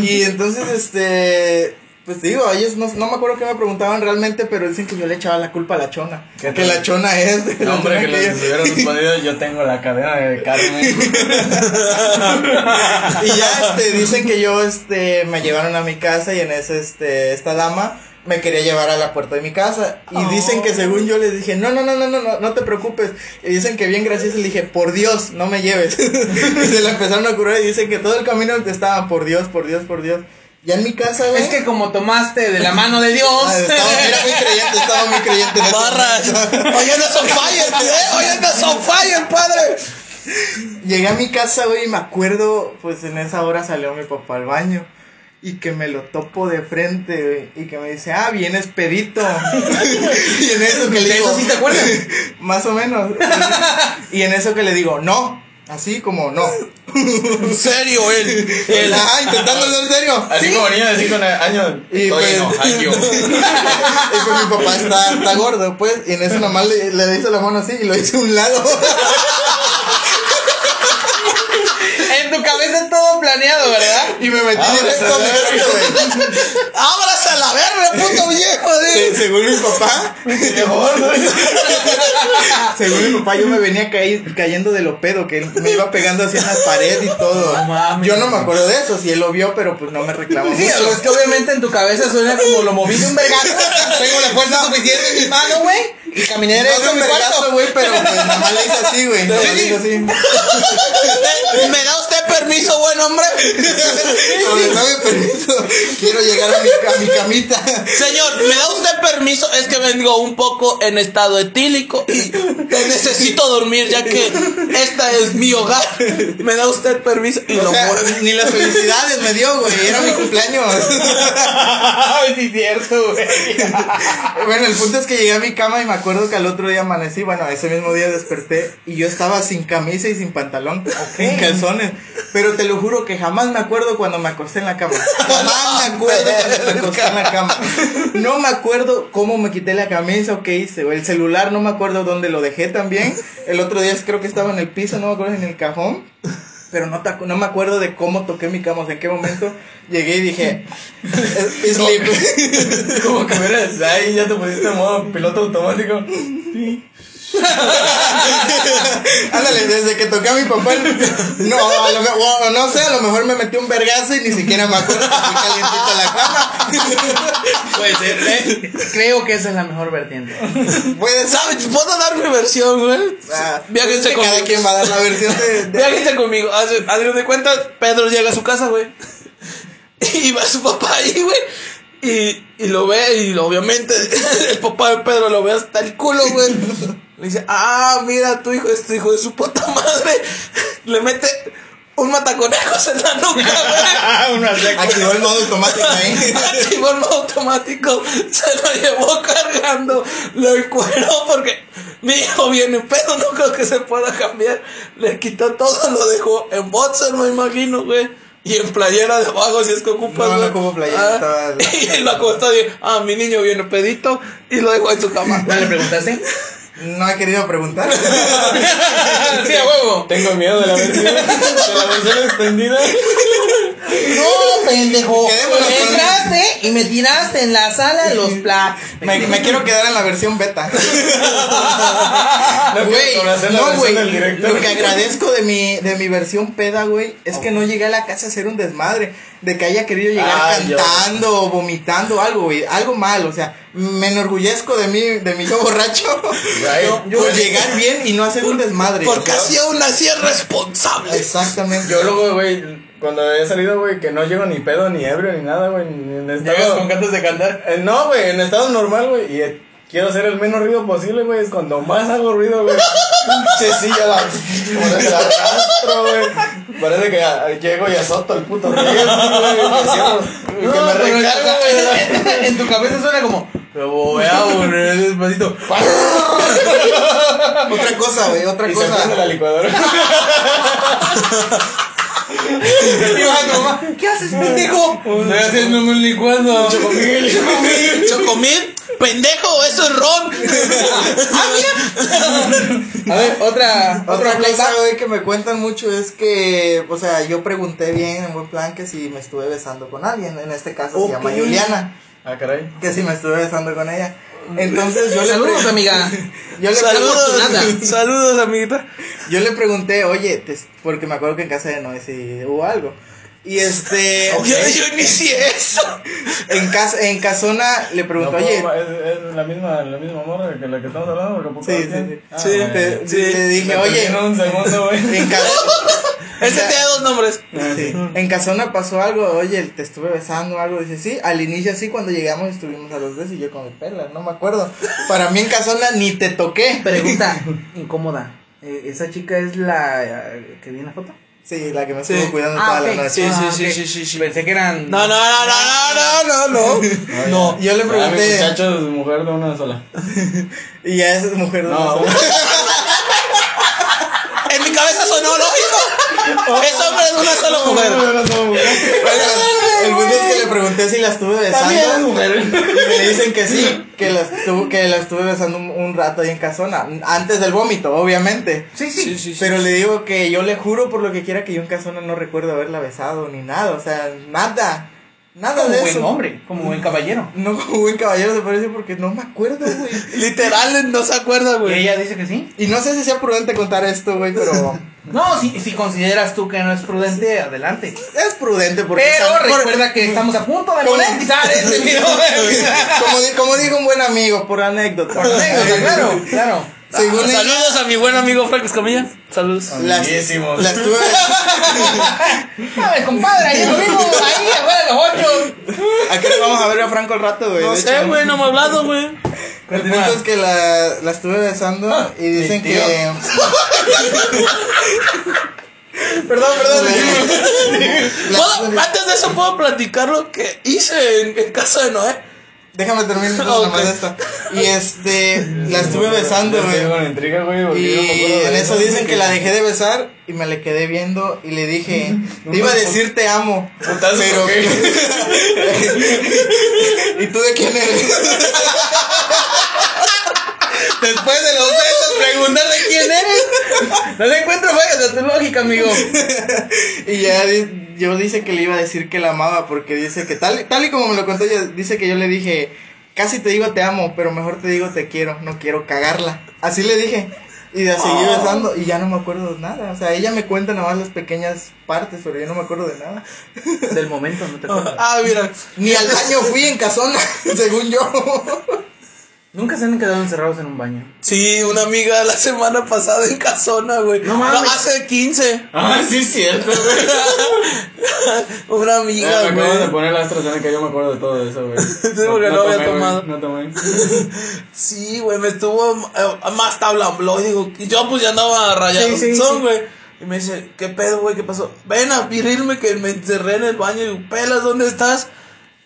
Y entonces, este. Pues digo, ellos no, no me acuerdo qué me preguntaban realmente, pero dicen que yo le echaba la culpa a la chona.
¿Qué
Que
tal?
la chona es. de
No,
la
hombre,
chona
que
que
les
yo-
hubiera respondido, yo tengo la cadena de Carmen.
Y ya este, dicen que yo este, me llevaron a mi casa y en ese este, esta dama me quería llevar a la puerta de mi casa. Y
Oh.
dicen que según yo les dije, no, no, no, no, no, no, no te preocupes. Y dicen que bien gracias le dije, por Dios, no me lleves. y se la empezaron a curar y dicen que todo el camino estaban, por Dios, por Dios, por Dios. Ya en mi casa, güey.
Es que como tomaste de la mano de Dios.
ah, estaba, era muy creyente, estaba muy creyente. en ese
Barras.
momento.
Oye, no son fire, eh. Oye, no son fire, padre.
Llegué a mi casa, güey, y me acuerdo, pues en esa hora salió mi papá al baño. Y que me lo topo de frente, güey. Y que me dice, ah, vienes pedito. y en eso que le
¿De
digo.
eso sí te acuerdas?
Más o menos. y en eso que le digo, no. Así como no.
En serio, él. él.
Ah, intentando ser serio.
Así como niño de 5 años.
Y
Estoy
pues-
enojado.
Y pues mi papá está, está gordo, pues. Y en eso nomás le, le hice la mano así y lo hice a un lado.
En tu cabeza todo planeado, ¿verdad?
y me metí
Ah,
directo a mi casa, güey.
Ábrase a la verga, pues. puto viejo,
Se-
de.
según mi papá, según mi papá, yo me venía caí- cayendo de lo pedo, que él me iba pegando así en la pared y todo.
No mames.
yo no me acuerdo de eso, si él lo vio, pero pues no me reclamó.
Sí,
mucho.
o sea, es que obviamente en tu cabeza suena como lo moví de un vergazo. Tengo la fuerza suficiente en mi mano, güey. Y caminé
No
derecho
de
a mi
vergazo,
cuarto.
güey, pero pues nada más le hice así, güey. nada más le hice así.
Usted- ¿Me da usted permiso, buen hombre?
Sobre, dame permiso, quiero llegar a mi, a mi camita.
Señor, ¿me da usted permiso? Es que vengo un poco en estado etílico y necesito dormir ya que esta es mi hogar. ¿Me da usted permiso? Y
O
lo
sea,
mueve.
ni las felicidades me dio, güey, era mi cumpleaños.
Ay, sí, cierto, güey.
Bueno, el punto es que llegué a mi cama y me acuerdo que al otro día amanecí, bueno, ese mismo día desperté y yo estaba sin camisa y sin pantalón, sin calzones. Pero te lo juro que jamás me acuerdo cuando me acosté en la cama. Jamás me acuerdo cuando me acosté en la cama. No me acuerdo cómo me quité la camisa o qué hice. o El celular no me acuerdo dónde lo dejé también. El otro día creo que estaba en el piso, no me acuerdo, en el cajón. Pero no, te acu- no me acuerdo de cómo toqué mi cama, o sea, en qué momento llegué y dije, "Es- sleep.
Como que miras, ahí ya te pusiste en modo piloto automático.
Ándale, desde que toqué a mi papá, no, a lo me- o no sé, a lo mejor me metí un vergazo y ni siquiera me acuerdo que fui calientito a la cama.
Pues, eh, creo que esa es la mejor vertiente.
Puede ser.
¿Sabes? ¿Puedo dar mi versión, güey?
Ah,
Viájense
es que
conmigo.
Cada quien va a dar la versión de. de-
Viajense conmigo. Haz- Hazle de cuenta, Pedro llega a su casa, güey. Y va su papá ahí, güey. Y, y lo ve, y obviamente el papá de Pedro lo ve hasta el culo, güey. Le dice, ah, mira, tu hijo es tu hijo de su puta madre. Le mete un mataconejos en la nuca, güey.
Activó el modo automático ahí.
Activó el modo automático, se lo llevó cargando, lo encueró porque mi hijo viene en pedo, no creo que se pueda cambiar. Le quitó todo, lo dejó en boxer, me imagino, güey. Y en playera de abajo, si es que ocupa.
No, no
güey.
ocupo playera,
Ah,
estaba-
Y lo acostó y, ah, mi niño viene pedito, y lo dejó en su cama.
¿No le preguntaste?
No he querido preguntar.
Ah, sí, a huevo.
Tengo miedo de la versión, de la versión extendida.
No, pendejo.
Quedémonos con-
Entraste y me tiraste en la sala los platos.
Me, me quiero quedar en la versión beta.
No
Güey,
quiero conocer la
no,
versión
güey.
del director.
Lo que agradezco de mi, de mi versión peda, güey, es que no llegué a la casa a hacer un desmadre. De que haya querido llegar
Ah,
cantando o vomitando algo, güey. Algo mal, o sea, me enorgullezco de mí, de mi yo borracho.
Güey,
Yo, por llegar bien y no hacer un desmadre.
Porque
Yo-
ha sido una así irresponsable.
Exactamente.
Yo luego, güey, cuando he salido, güey, que no llego ni pedo, ni ebrio, ni nada, güey. ni en estado-
ganas de cantar.
Eh, no, güey, en estado normal, güey. Y eh, quiero hacer el menos ruido posible, güey. Es cuando más hago ruido, güey. Pinche silla, la. Por el arrastro, güey. Parece que ah, llego y azoto el puto riel, güey. Que, cierro- que
No,
me
pero en, tu
recargo, pues, güey.
ca- en tu cabeza suena como. Me voy a poner despacito.
Otra cosa, güey, otra
Y se prende
cosa.
la licuadora.
Y va tu mamá, ¿Qué haces, pendejo? Estoy haciéndome un licuado.
Chocomil, pendejo, eso es ron.
Ah,
A ver, otra.
Otra
Otra
cosa,
playback.
güey, que me cuentan mucho es que, o sea, yo pregunté bien en buen plan que si me estuve besando con alguien. En este caso
Ok.
se llama Juliana.
Ah, caray.
que si me estuve besando con ella. Entonces yo le,
Saludos,
pre-
amiga.
yo le
afortunada.
Saludos, saludos, amiguita.
pregun- yo le pregunté, oye, te- porque me acuerdo que en casa de Noé sí hubo algo. Y este,
Yo, yo inicié eso.
en, casa, en Casona le
No
pregunté,
puedo,
oye,
es, es la misma, la misma morra que la que estamos hablando, porque poco
sí, sí,
tiene.
sí.
Ah,
Sí,
güey.
te,
sí.
le dije,
Me perdí
oye,
en un segundo, güey.
en, casa,
Ese tiene dos nombres.
Ah,
sí, en Casona pasó algo, oye, te estuve besando o algo. Dice, sí, al inicio sí, cuando llegamos estuvimos a los dos y yo con mi perla, no me acuerdo. Para mí en Casona ni te toqué.
Pregunta incómoda. Eh, ¿Esa chica es la eh, que vi en la foto?
Sí, la que me
Sí.
estuvo cuidando toda
Ah, ok.
la noche.
Sí, sí,
Ah,
sí,
ok.
sí, sí, sí.
Pensé que eran.
No, no, no, no, no, no, no. No.
Ah, Yo le
Ah, mi
pregunté.
muchacho es mujer de una sola.
Y ya es mujer de
No,
una sola.
En mi cabeza sonó lógico. Es hombre de una sola mujer.
una sola mujer.
El punto es que le pregunté si la estuve
También es
besando.
mujer.
Y me dicen que sí, que la estuve, que la estuve besando un, un rato ahí en casona. Antes del vómito, obviamente.
Sí, sí.
Sí, sí, sí.
Pero le digo que yo le juro por lo que quiera que yo en casona no recuerdo haberla besado ni nada. O sea, nada. Nada
Como
de
buen
eso.
hombre, como buen caballero.
No como buen caballero se parece porque no me acuerdo, güey.
Literal, no se acuerda,
Y
güey.
ella dice que sí.
Y no sé si sea prudente contar esto, güey, pero
No, si, si consideras tú que no es prudente, adelante.
es prudente porque
Pero
sabe-
recuerda que estamos a punto de
Como-
monetizar este video.
como, di- como dijo un buen amigo, por anécdota.
Por anécdota, claro, Ah, claro.
Según ella-
Saludos a mi buen amigo Frank Escamilla. Saludos.
La,
Amiguísimos.
la estuve,
Sabes, compadre, ahí lo vimos, ahí afuera de los ocho.
¿A qué le vamos a ver a Franco el rato, güey?
No
De
sé,
hecho,
güey, no me ha hablado, güey.
El punto es que la, la estuve besando
Ah,
y dicen
tío.
que.
Perdón, perdón.
¿Puedo- Antes de eso, puedo platicar lo que hice en, en casa de Noé.
Déjame terminar entonces nomás
Ok.
esto. Y este. La estuve besando,
Yo Estoy
güey.
con intriga, güey. porque yo no me
Y
acuerdo de
en eso dicen que la dejé de besar y me le quedé viendo y le dije, te iba a decir te amo,
Putazo,
pero...
ok.
¿Y tú de quién eres?
Después de los besos, preguntar de quién eres. No le encuentro fallas de tu lógica, amigo.
Y ya di- yo dice que le iba a decir que la amaba porque dice que tal, tal y como me lo contó ella, dice que yo le dije, casi te digo te amo, pero mejor te digo te quiero, no quiero cagarla. Así le dije. Y la seguí besando y ya no me acuerdo de nada. O sea, ella me cuenta nada más las pequeñas partes, pero yo no me acuerdo de nada.
Del momento, no te acuerdas.
Ah, mira.
Ni al baño fui en casona, según yo.
Nunca se han quedado encerrados en un baño.
Sí, una amiga la semana pasada en casona, güey.
No mames.
No, hace 15.
Ah, sí, es cierto, güey.
una
Ah,
amiga,
me acabo de
güey.
poner la AstraZeneca, yo me acuerdo de todo eso, güey. Sí,
porque no había tomado.
No tomé.
Sí, güey, me estuvo eh, más tabla y digo, y yo pues ya andaba rayado
Sí, sí, sí.
son, güey. Y me dice, ¿qué pedo, güey? ¿Qué pasó? Ven a pirrirme que me encerré en el baño. Y digo, pelas, ¿dónde estás?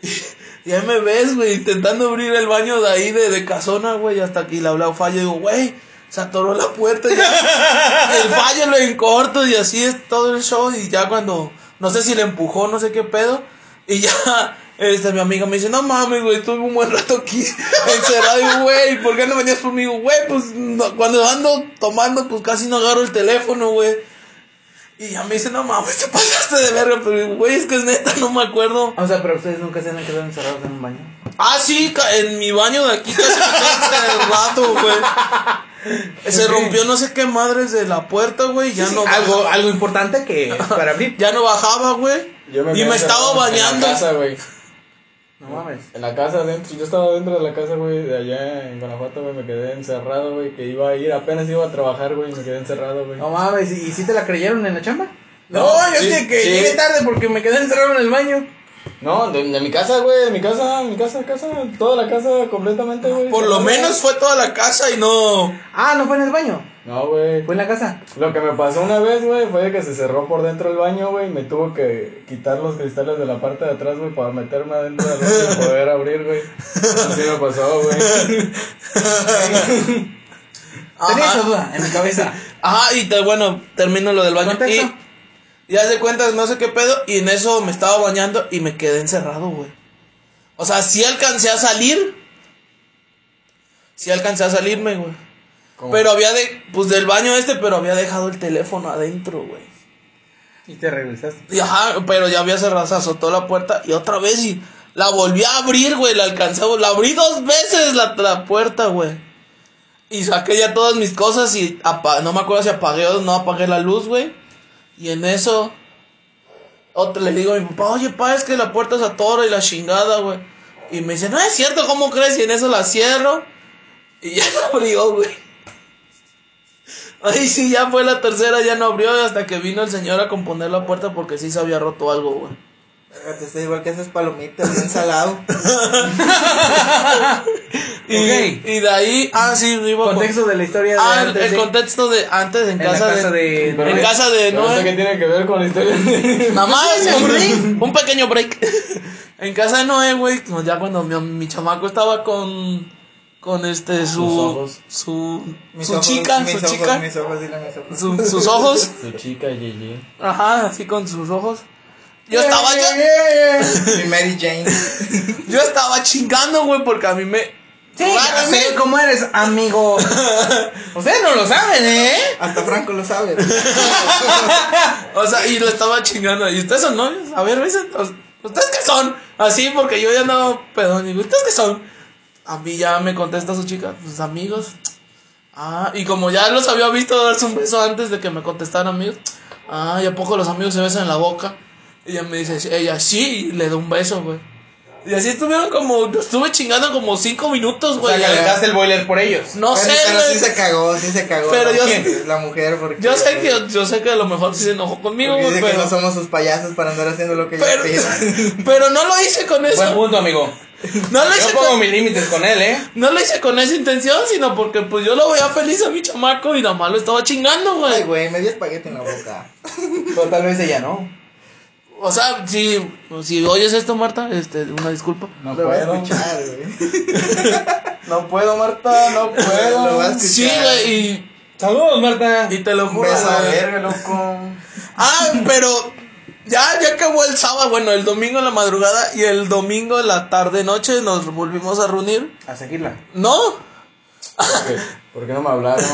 Y, ahí me ves, güey, intentando abrir el baño de ahí, de, de casona, güey, hasta aquí la hablado falla. Y digo, güey, se atoró la puerta. y ya, el fallo lo en corto y así es todo el show. Y ya cuando, no sé si le empujó, no sé qué pedo. Y ya, este, mi amiga me dice, no mames, güey, estuve un buen rato aquí encerrado. Y digo, güey, ¿por qué no venías conmigo? Güey, pues no- cuando ando tomando, pues casi no agarro el teléfono, güey. Y ya me dice, no mames, te pasaste de verga, pero güey, es que es neta, no me acuerdo.
O sea, pero ustedes nunca se han quedado encerrados en un baño.
Ah, sí, ca- en mi baño de aquí casi me quedé encerrado, güey. Se rompió no sé qué madres de la puerta, güey, ya no
Algo, algo importante que es para abrir.
ya no bajaba, güey.
Yo
y
quedé
me estaba
encerrado
bañando.
En la casa, güey.
No mames.
En la casa adentro. Yo estaba dentro de la casa, güey, de allá en Guanajuato, güey. Me quedé encerrado, güey. Que iba a ir, apenas iba a trabajar, güey. y Me quedé encerrado, güey.
No mames, ¿y, y si te la creyeron en la chamba?
No, sí, sí.
tarde porque me quedé encerrado en el baño.
No, de, de mi casa, güey, de mi casa, mi casa, casa, toda la casa completamente, güey.
Por lo menos fue toda la casa y no.
Ah, no fue en el baño,
No, güey.
fue en la casa.
Lo que me pasó una vez, güey, fue de que se cerró por dentro el baño, güey, y me tuvo que quitar los cristales de la parte de atrás, güey, para meterme adentro del baño y poder abrir, güey. Así me pasó, güey.
Tenía esa
Ajá.
duda en mi cabeza.
Ajá, y te- bueno, termino lo del baño.
Contexto.
Y ya se cuenta, no sé qué pedo, y en eso me estaba bañando y me quedé encerrado, güey. O sea, sí alcancé a salir. Sí alcancé a salirme, güey. Pero había de, pues del baño este, pero había dejado el teléfono adentro, güey.
Y te regresaste.
Y ajá, pero ya había cerrado, se azotó la puerta y otra vez y la volví a abrir, güey, la alcancé, la abrí dos veces la, la puerta, güey. Y saqué ya todas mis cosas y apa- no me acuerdo si apagué o no apagué la luz, güey. Y en eso, otra le digo a mi papá, oye, pa, es que la puerta se atora y la chingada, güey. Y me dice, no es cierto, ¿cómo crees? Y en eso la cierro y ya no abrió, güey. Ay, sí, ya fue la tercera, ya no abrió hasta que vino el señor a componer la puerta porque sí se había roto algo, güey.
Te estoy igual que esas palomitas, bien salado.
Y,
Ok.
y de ahí, ah, sí, iba con-
Contexto de la historia de
Ah,
antes
el
de-
contexto de antes en,
en la
casa,
casa
de,
de,
Pero
en
no-
casa de
pero no sé
Noé.
qué tiene que ver con la historia de...
Nada más, un, un pequeño break. en casa de Noé, güey, pues ya cuando mi, mi chamaco estaba con con este su
ojos.
su
Ah, Mis
su
ojos,
chica,
mis
su
ojos,
chica,
Mis ojos, dile mis ojos.
su- sus ojos,
Su chica, Gigi.
ajá, así con sus ojos. Yo estaba yo,
Mi Mary Jane.
yo estaba chingando, güey, porque a mí me
Sí,
Claro,
ya sé
sí.
cómo eres, amigo. Ustedes no lo saben, ¿eh?
Hasta Franco lo sabe.
O sea, y lo estaba chingando. ¿Y ustedes son novios? A ver, dicen, ¿us- ¿ustedes qué son? Así, porque yo ya andaba pedón. Y digo, ¿ustedes qué son? A mí ya me contesta su chica, pues amigos. Ah, y como ya los había visto darse un beso antes de que me contestaran amigos. Ah, ¿y a poco los amigos se besan en la boca? Ella me dice, ella sí, y le da un beso, güey. Y así estuvieron como, estuve chingando como cinco minutos,
O sea,
güey.
calentaste el boiler por ellos.
no
Pero-
sé,
Pero
güey.
sí se cagó, sí se cagó.
Pero
la
yo-
mujer, La mujer, porque.
Yo sé que, yo sé que a lo mejor sí se enojó conmigo,
Porque
güey,
dice que
pero...
no somos sus payasos para andar haciendo lo que ella
Pero,
pide.
pero no lo hice con eso.
Buen punto, amigo.
no, lo
Yo
hice
pongo
con,
mis límites con él, ¿eh?
no lo hice con esa intención, sino porque pues yo lo veía feliz a mi chamaco y nada más lo estaba chingando,
Ay,
güey.
güey, me dio espagueti en la boca.
Pero tal vez ella no.
O sea, si, si oyes esto, Marta, este, una disculpa.
No
Lo voy a
puedo.
escuchar, güey.
No puedo, Marta, no
Lo
puedo.
vas a escuchar.
Sí, güey, y-
Saludos, Marta.
y, te lo juro.
Beso a
güey.
ver.
loco.
Ah, pero ya, ya acabó el sábado, bueno, el domingo en la madrugada y el domingo en la tarde noche nos volvimos a reunir.
A seguirla.
No,
¿Por qué? ¿Por qué no me hablaron?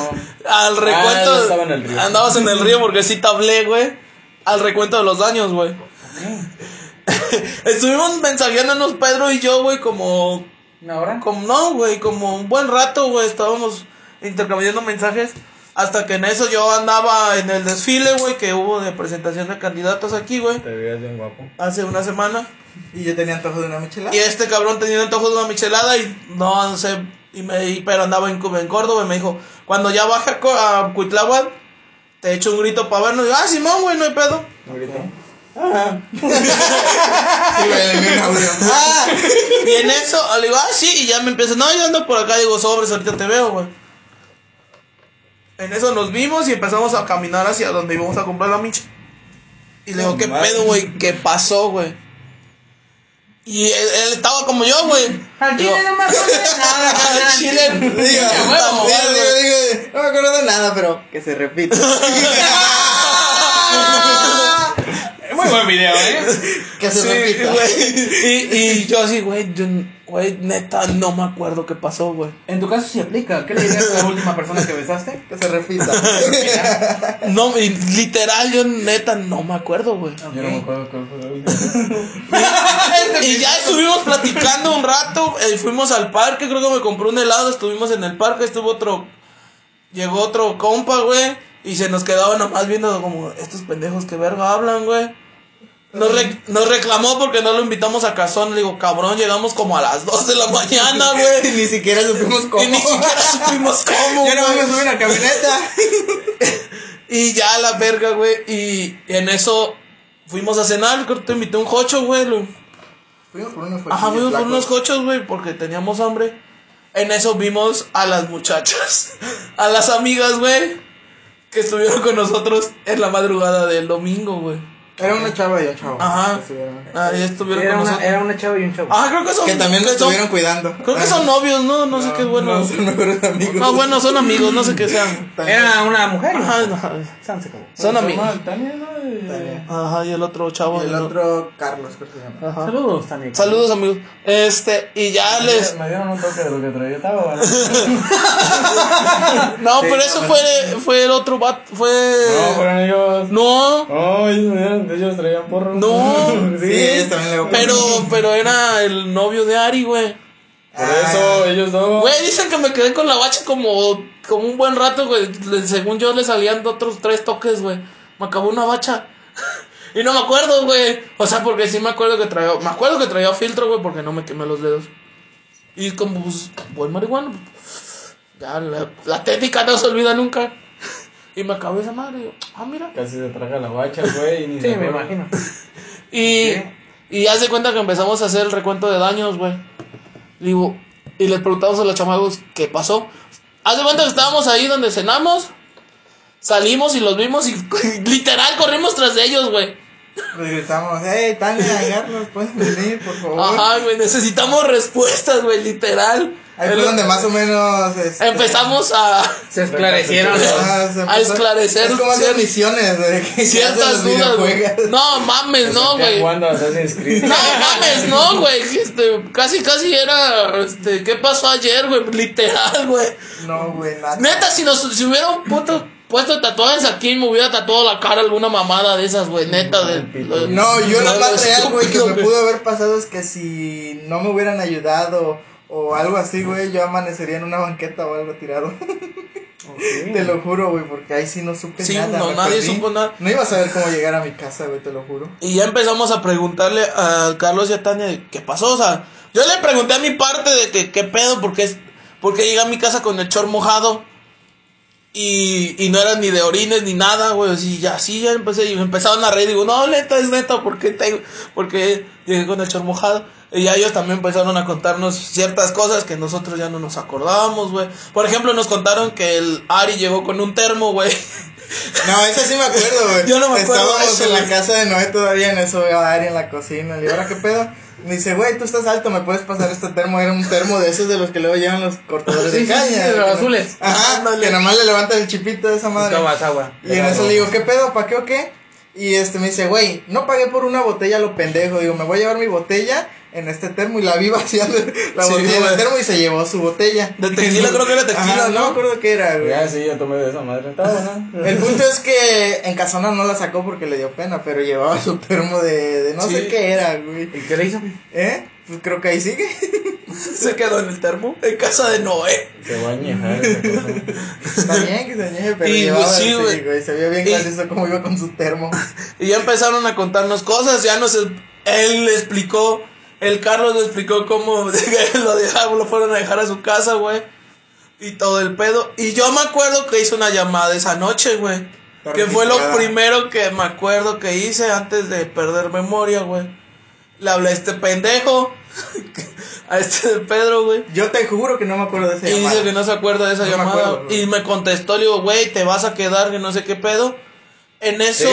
Al recuento.
yo Ah, estaba en el río.
Andabas en el río porque sí te hablé, güey. Al recuento de los daños, güey. Estuvimos mensajeándonos Pedro y yo, güey, como.
¿Una hora?
como no, güey, como un buen rato, güey. Estábamos intercambiando mensajes. Hasta que en eso yo andaba en el desfile, güey, que hubo de presentación de candidatos aquí, güey.
Te veías bien guapo.
Hace una semana.
Y yo tenía antojo de una michelada.
Y este cabrón tenía antojo de una michelada y no, no sé, y me, y- pero andaba en, Cu- en Córdoba y me dijo, cuando ya baja a Co- a Cuitláhuac, te echo un grito para vernos. Y yo, ah, Simón, güey, no hay pedo.
Sí, güey, le di un audio.
Ah, y en eso, le digo, ah, sí, y ya me empieza, no, yo ando por acá, digo, sobres, ahorita te veo, güey. En eso nos vimos y empezamos a caminar hacia donde íbamos a comprar la micha. Y le digo, ¿qué pedo, güey? ¿Qué pasó, güey? Y él, él estaba como yo, güey.
Al
Digo,
chile no me acuerdo de nada, carnal.
Al chile,
Digo,
digo, también,
digo,
güey.
digo, digo, no me acuerdo de nada, pero que se repita.
Muy buen video, ¿eh?
Que se
Sí,
repita.
güey. Y, y yo así, güey, yo, güey, neta, no me acuerdo qué pasó, güey.
En tu caso sí aplica. ¿Qué le dirías a la última persona que besaste?
Que se repita.
No, y literal, yo neta, no me acuerdo, güey.
Yo no me acuerdo cuál fue la última.
Y ya estuvimos platicando un rato, eh, fuimos al parque, creo que me compró un helado, estuvimos en el parque, estuvo otro, llegó otro compa, güey, y se nos quedaba nomás viendo como, estos pendejos que verga hablan, güey. Nos, re- nos reclamó porque no lo invitamos a Cazón, le digo, cabrón, llegamos como a las 2 de la mañana,
Y
güey.
ni siquiera supimos cómo.
Y ni siquiera supimos cómo,
Ya no
güey.
vamos a subir a la camioneta.
Y ya a la verga, güey. Y en eso fuimos a cenar. Creo que te invité un jocho, güey. lo-
Fuimos por unos
Ajá, fuimos por unos
flacos.
jochos, güey, porque teníamos hambre. En eso vimos a las muchachas, a las amigas, güey, que estuvieron con nosotros en la madrugada del domingo, güey.
Era una chava y un chavo.
Ajá.
Que estuvieron-
Ahí estuvieron
Era
con
una,
nosotros.
era una chava y un chavo.
Ah, creo que son.
Que también
que son-
nos estuvieron cuidando.
Creo que son novios, ¿no? No, sé qué bueno.
No, son mejores amigos.
No, bueno, son amigos, no sé qué sean.
También-
Era una mujer. y un
Ajá,
chavo.
no,
Sam se acabó.
son amigos.
Toma, Tania, ¿no? Y-
Tania.
Ajá, y el otro chavo.
Y el
¿no?
otro, Carlos, creo que se llama.
Ajá.
Saludos, Tania.
Saludos amigos. Este, y ya les...
Me dieron un toque de lo que traía. Estaba barato.
No,
Sí,
pero
no,
eso
no.
fue, fue el otro bat,
No,
fue...
fueron ellos.
No,
No, ellos, me dieron- ellos traían porro.
No.
Sí, ellos también le
pero, pero era el novio de Ari, güey.
Por
Ah.
eso ellos dos.
Güey, dicen que me quedé con la bacha como, como un buen rato, güey. Le- Según yo le salían otros tres toques, güey. Me acabó una bacha. y no me acuerdo, güey. O sea, porque sí me acuerdo que traía, me acuerdo que traía filtro, güey, porque no me quemé los dedos. Y como, pues, buen marihuano. pues, Ya, la, la técnica no se olvida nunca. y me acabó esa madre. y yo, ah, mira.
Casi se traga la bacha, güey. y ni
Sí,
se
me
acuerda.
imagino.
Y, y ya se cuenta que empezamos a hacer el recuento de daños, güey. Digo, y les preguntamos a los chamacos qué pasó. Haz de cuenta que estábamos ahí donde cenamos, salimos y los vimos y literal corrimos tras de ellos, güey.
Regresamos. Hey, Tania, Carlos, puedes venir, por favor.
Ajá, güey, necesitamos respuestas, güey, literal.
Ahí fue
El-
donde más o menos. este,
Empezamos a
Se esclarecieron.
ah, se
a
empezó-
esclarecer
Es como hacer
cier-
misiones de que
ciertas dudas, güey. No mames, no, güey.
¿Cuándo Assassin's Creed?
No mames, no, güey. Este, casi, casi era. Este, ¿qué pasó ayer, güey? Literal, güey.
No, güey, nada.
Neta, si nos si hubiera un puto puesto tatuajes aquí, me hubiera tatuado la cara alguna mamada de esas, güey. Neta, de. lo-
No, yo la
lo
más real, güey, que
estúpido,
me pudo haber pasado es que si no me hubieran ayudado o algo así, güey, yo amanecería en una banqueta o algo tirado. Te lo juro, güey, porque ahí sí no supe
Sí,
nada.
no,
me
nadie
perdí.
supo nada.
No iba a saber cómo llegar a mi casa, güey, te lo juro.
Y ya empezamos a preguntarle a Carlos y a Tania qué pasó. O sea, yo le pregunté a mi parte de que qué pedo, porque es. Porque llegué a mi casa con el chor mojado. Y, y no era ni de orines ni nada, güey. Así, ya, sí, ya empecé. Y me empezaron a reír. Digo, no, neta, es neta, porque te, porque llegué con el chor mojado. Y ya ellos también empezaron a contarnos ciertas cosas que nosotros ya no nos acordábamos, güey. Por ejemplo, nos contaron que el Ari llegó con un termo, güey.
No, eso sí me acuerdo, güey.
Yo no me acuerdo
Estábamos
eso,
en la
güey.
casa de Noé todavía en eso, a Ari en la cocina. Le digo, ahora qué pedo. Me dice, güey, tú estás alto, me puedes pasar este termo. Era un termo de esos de los que luego llevan los cortadores
Sí,
de
sí,
caña.
sí, de los
¿no?
azules.
Ajá,
Ándale.
que nomás le levanta el chipito de esa madre.
Tomas agua.
Y en eso le digo, ¿qué pedo? ¿Para qué o qué? Y este me dice, güey, no pagué por una botella lo pendejo. Digo, me voy a llevar mi botella en este termo y la vi vaciando la
Sí,
botella en
güey.
el termo y se llevó su botella.
De tequila, creo que era tequila,
Ajá,
¿no?
me acuerdo qué era, güey.
Ya, sí, yo tomé de esa madre. Estaba buena.
El punto es que en Casona no la sacó porque le dio pena, pero llevaba su termo de, de no
Sí.
sé qué era, güey.
¿Y qué le hizo?
¿Eh? Pues creo que ahí sigue.
Se quedó en el termo, en casa de Noé.
Se va a añejar esa cosa.
Está bien que se añeje, pero
Y,
llevaba
pues, sí,
sí,
güey.
güey. Se vio bien
Y-
gracioso cómo iba con su termo.
Y ya empezaron a contarnos cosas, ya nos él le explicó, el Carlos le explicó cómo lo dejaron, lo fueron a dejar a su casa, güey. Y todo el pedo. Y yo me acuerdo que hice una llamada esa noche, güey.
Está
Que fue lo
registrada.
primero que me acuerdo que hice antes de perder memoria, güey. Le hablé a este pendejo, a este Pedro, güey.
Yo te juro que no me acuerdo de ese
Y dice que no se acuerda de esa
No me
llamada.
acuerdo, güey.
y me contestó, le digo, güey, te vas a quedar, que no sé qué pedo. En
Sí,
eso.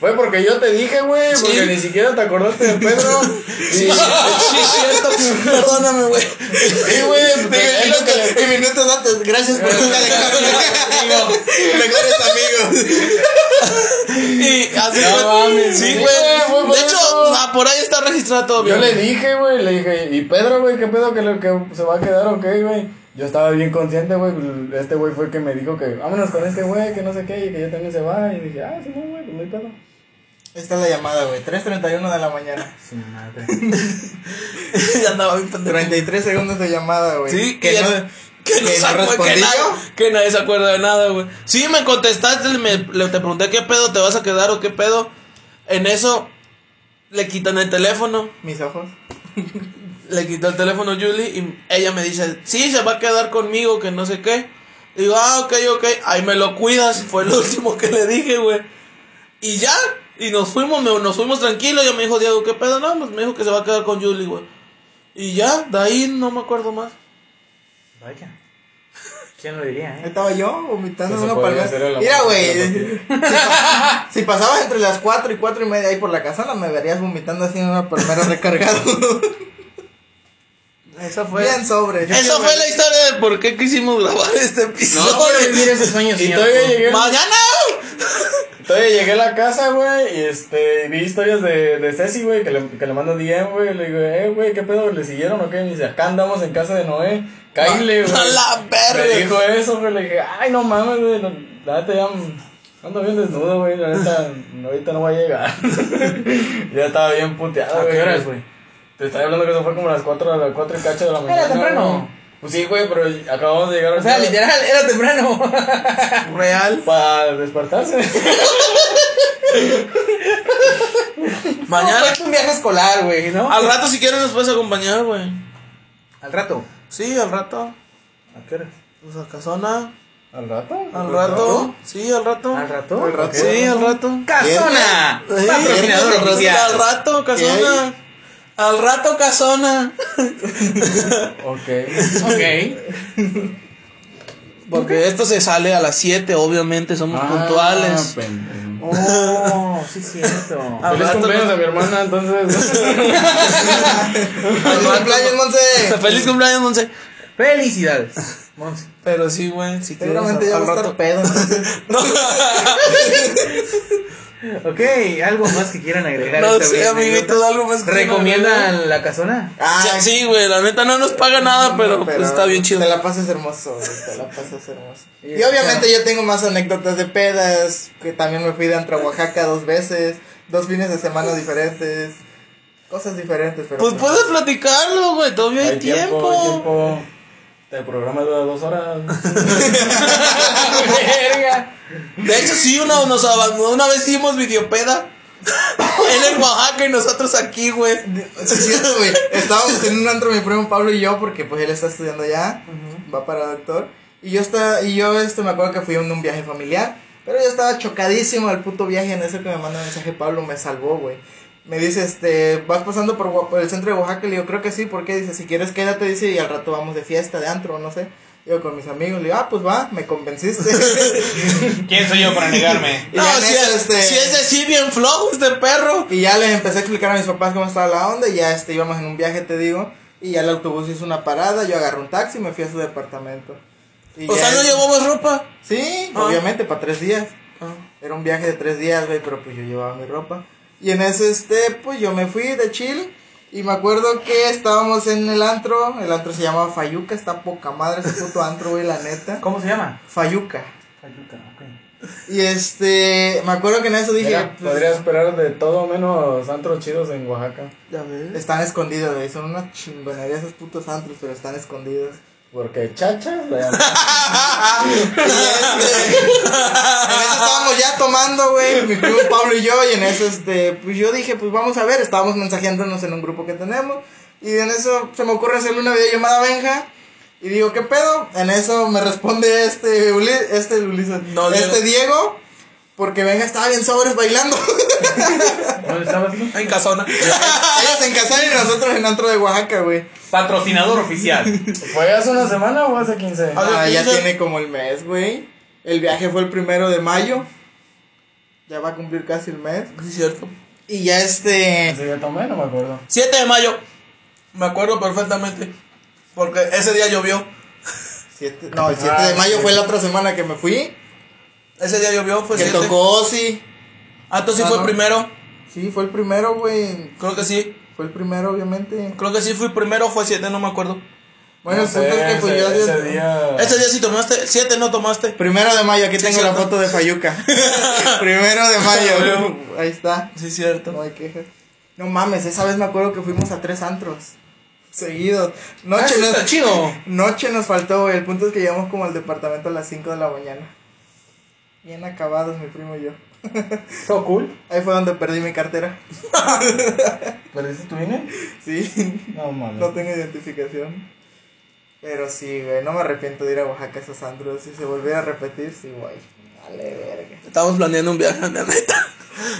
fue porque yo te dije, güey,
Sí.
porque ni siquiera te acordaste de Pedro.
Sí, sí, cierto. Perdóname, güey.
Sí, güey, y minutos, y minutos antes, gracias por estar en Mejores amigos.
Y así
No
fue.
mames,
sí,
sí,
güey.
güey, fue
De hecho,
eso.
ah, por ahí está registrado todo
Yo
bien.
le dije, güey, le dije, ¿y Pedro, güey, qué pedo que, lo- que se va a quedar o qué, güey? Yo estaba bien consciente, güey, este güey fue el que me dijo que vámonos con este güey, que no sé qué, y que ya también se va, y dije, ah, sí, no, güey, pues no hay pedo.
Esta es la llamada, güey. 3.31 de la mañana.
Su madre.
ya andaba bien pendejo.
33 segundos de llamada, güey.
Sí,
que
que
no,
ya- Que no,
que
se
no
acuer- que,
respondí
nadie,
yo.
que nadie se acuerda de nada, güey. Sí, me contestaste, me- le, te pregunté qué pedo te vas a quedar o qué pedo. En eso le quitan el teléfono,
Mis ojos.
le quitó el teléfono Julie y ella me dice, sí, se va a quedar conmigo, que no sé qué. Digo, ah, ok, ok, ahí me lo cuidas, fue lo último que le dije, güey. Y ya, y nos fuimos, me- nos fuimos tranquilos, ya me dijo Diego, ¿qué pedo? No, pues me dijo que se va a quedar con Julie, güey. Y ya, de ahí no me acuerdo más.
Vaya. ¿Quién lo diría, eh?
Ahí Estaba yo vomitando
Eso
una
podría
palmera.
ser el amor
Mira,
que
güey. Si,
te
pa- si pasabas entre las 4 y 4 y media ahí por la casona, me verías vomitando así en una palmera recargado.
Esa fue.
Bien sobre. Yo
Esa
quiero
fue
ver-
la historia de por qué quisimos grabar este episodio.
ese sueño,
Y todavía llegué,
¡Mañana!
todavía llegué a la casa, güey, y este, y vi historias de, de Ceci, güey, que le, que le mando DM, güey, le digo, eh, güey, ¿qué pedo? ¿Le siguieron o qué? Me dice, acá andamos en casa de Noé, cáile, güey.
¡A la
Me
verga!
dijo eso, güey, le dije, ay, no mames, güey, no- la neta ya mm, ando bien desnudo, güey, la neta, no, ahorita no voy a llegar. ya estaba bien puteado, güey. Te estaba hablando que eso fue como a las 4, a las 4 y cacho de la mañana.
temprano.
güey. Pues sí, güey, pero acabamos de llegar
O sea, literal, era temprano.
Real.
Para despertarse.
Mañana.
Fue un viaje escolar, güey, ¿no?
Al rato, si quieres, nos puedes acompañar, güey.
Al rato.
Sí, al rato.
¿A qué hora?
Pues a casona.
¿Al rato?
Al rato. Sí, al rato.
¿Al rato?
Al rato.
Sí, al rato.
¡Casona!
Sí,
Patrocinador
al rato,
oficial.
Al rato,
¿Qué
casona. Al rato, casona.
Ok.
Ok.
Porque esto se sale a las 7, obviamente, somos
Ah,
puntuales.
Feliz
Oh, sí, es cierto.
Al rato,
cumpleaños a mi hermana, entonces.
Feliz cumpleaños, Monse.
Feliz cumpleaños, Monse.
Felicidades, Monse.
Pero sí, güey, si quieres
Seguramente ya
al
va a
rato.
estar pedo. entonces.
No,
Ok, algo más que quieran agregar.
no
esta
sé,
breve
amiguito,
anécdota?
algo más que
¿Recomiendan la casona?
Ah,
Ya, sí, güey, la neta no nos paga nada, pero, pues, está bien chido.
Te la pasas hermoso, güey, te la pasas hermoso. Y obviamente yo tengo más anécdotas de pedas, que también me fui de Antra Oaxaca dos veces, dos fines de semana diferentes, cosas diferentes, pero...
Pues puedes platicarlo, güey, todavía hay, tiempo.
Hay tiempo. El programa dura dos horas.
Verga.
De hecho, sí, una, nos abandonó, una vez hicimos videopeda. Él en Oaxaca y nosotros aquí, güey.
Sí, es cierto, güey. Estábamos en un antro mi primo Pablo y yo, porque pues él está estudiando ya, va para doctor. Y yo estaba, y yo este, me acuerdo que fui en un viaje familiar, pero yo estaba chocadísimo al puto viaje en eso que me manda mensaje Pablo, me salvó, güey. Me dice, este, vas pasando por, Oa- por el centro de Oaxaca, le digo, creo que sí, porque dice, si quieres quédate, dice, y al rato vamos de fiesta, de antro, no sé. Yo con mis amigos, le digo, ah, pues va, me convenciste.
¿Quién soy yo para negarme?
Y
No,
ya en
si,
eso,
es,
este-
si es así, bien flojo este perro.
Y ya les empecé a explicar a mis papás cómo estaba la onda y ya este, íbamos en un viaje, te digo. Y ya el autobús hizo una parada, yo agarré un taxi y me fui a su departamento. Y
O
ya
sea, no
él-
llevamos ropa.
Sí,
Ah.
obviamente, para tres días.
Ah.
Era un viaje de tres días, güey, pero pues yo llevaba mi ropa. Y en ese, este, pues yo me fui de chill. Y me acuerdo que estábamos en el antro. El antro se llamaba Fayuca, está poca madre ese puto antro, güey, la neta.
¿Cómo se llama?
Fayuca.
Fayuca, ok.
Y este, me acuerdo que en eso dije.
Mira,
pues,
podría esperar de todo menos antros chidos en Oaxaca.
Ya ves.
Están escondidos, güey. Son una chingonería esos putos antros, pero están escondidos.
Porque chachas, la llaman.
Y este, en eso estábamos ya tomando, güey, mi primo Pablo y yo, y en eso, este, pues yo dije, pues vamos a ver, estábamos mensajeándonos en un grupo que tenemos, y en eso se me ocurre hacerle una videollamada a Benja, y digo, ¿qué pedo? En eso me responde este, Uli- este Ulises,
No,
este Diego, porque Benja estaba bien sobres bailando,
¿Dónde estabas tú?
En casona.
ellos en Casal y nosotros en Antro de Oaxaca, güey.
Patrocinador oficial.
¿Fue hace una semana o hace 15?
Ah,
Ah,
¿qué
ya
dice?
tiene como el mes, güey. El viaje fue el primero de mayo. Ya va a cumplir casi el mes.
Sí, cierto.
Y ya este.
Si yo tomé, no me acuerdo.
7 de mayo. Me acuerdo perfectamente. Porque ese día llovió.
siete- no, el 7 de mayo fue la otra semana que me fui.
Ese día llovió, fue
Que
7.
tocó Ozzy.
Ah, entonces
Ah,
fue
no.
primero.
Sí, fue el primero, güey.
Creo que sí.
Fue el primero, obviamente.
Creo que sí fue primero, fue siete, no me acuerdo.
Bueno, el
No sé,
punto es que pues
ese-
yo
ese
desde-
día-
Ese día sí tomaste, siete no tomaste.
Primero de mayo, aquí
Sí,
tengo la
cierto.
foto de Fayuca. primero de mayo. Ahí está.
Sí, cierto.
No hay quejas. No mames, esa vez me acuerdo que fuimos a tres antros. Seguidos. Noche,
eso
nos-
Ah, está chido.
noche nos faltó, güey. El punto es que llegamos como al departamento a las 5 de la mañana. Bien acabados, mi primo y yo.
Todo cool.
Ahí fue donde perdí mi cartera.
¿Perdiste tu INE?
Sí,
No mames.
no tengo identificación. Pero sí, güey, no me arrepiento de ir a Oaxaca a esos antros. Si se volviera a repetir, sí, güey. Dale, verga.
Estamos planeando un viaje, la neta.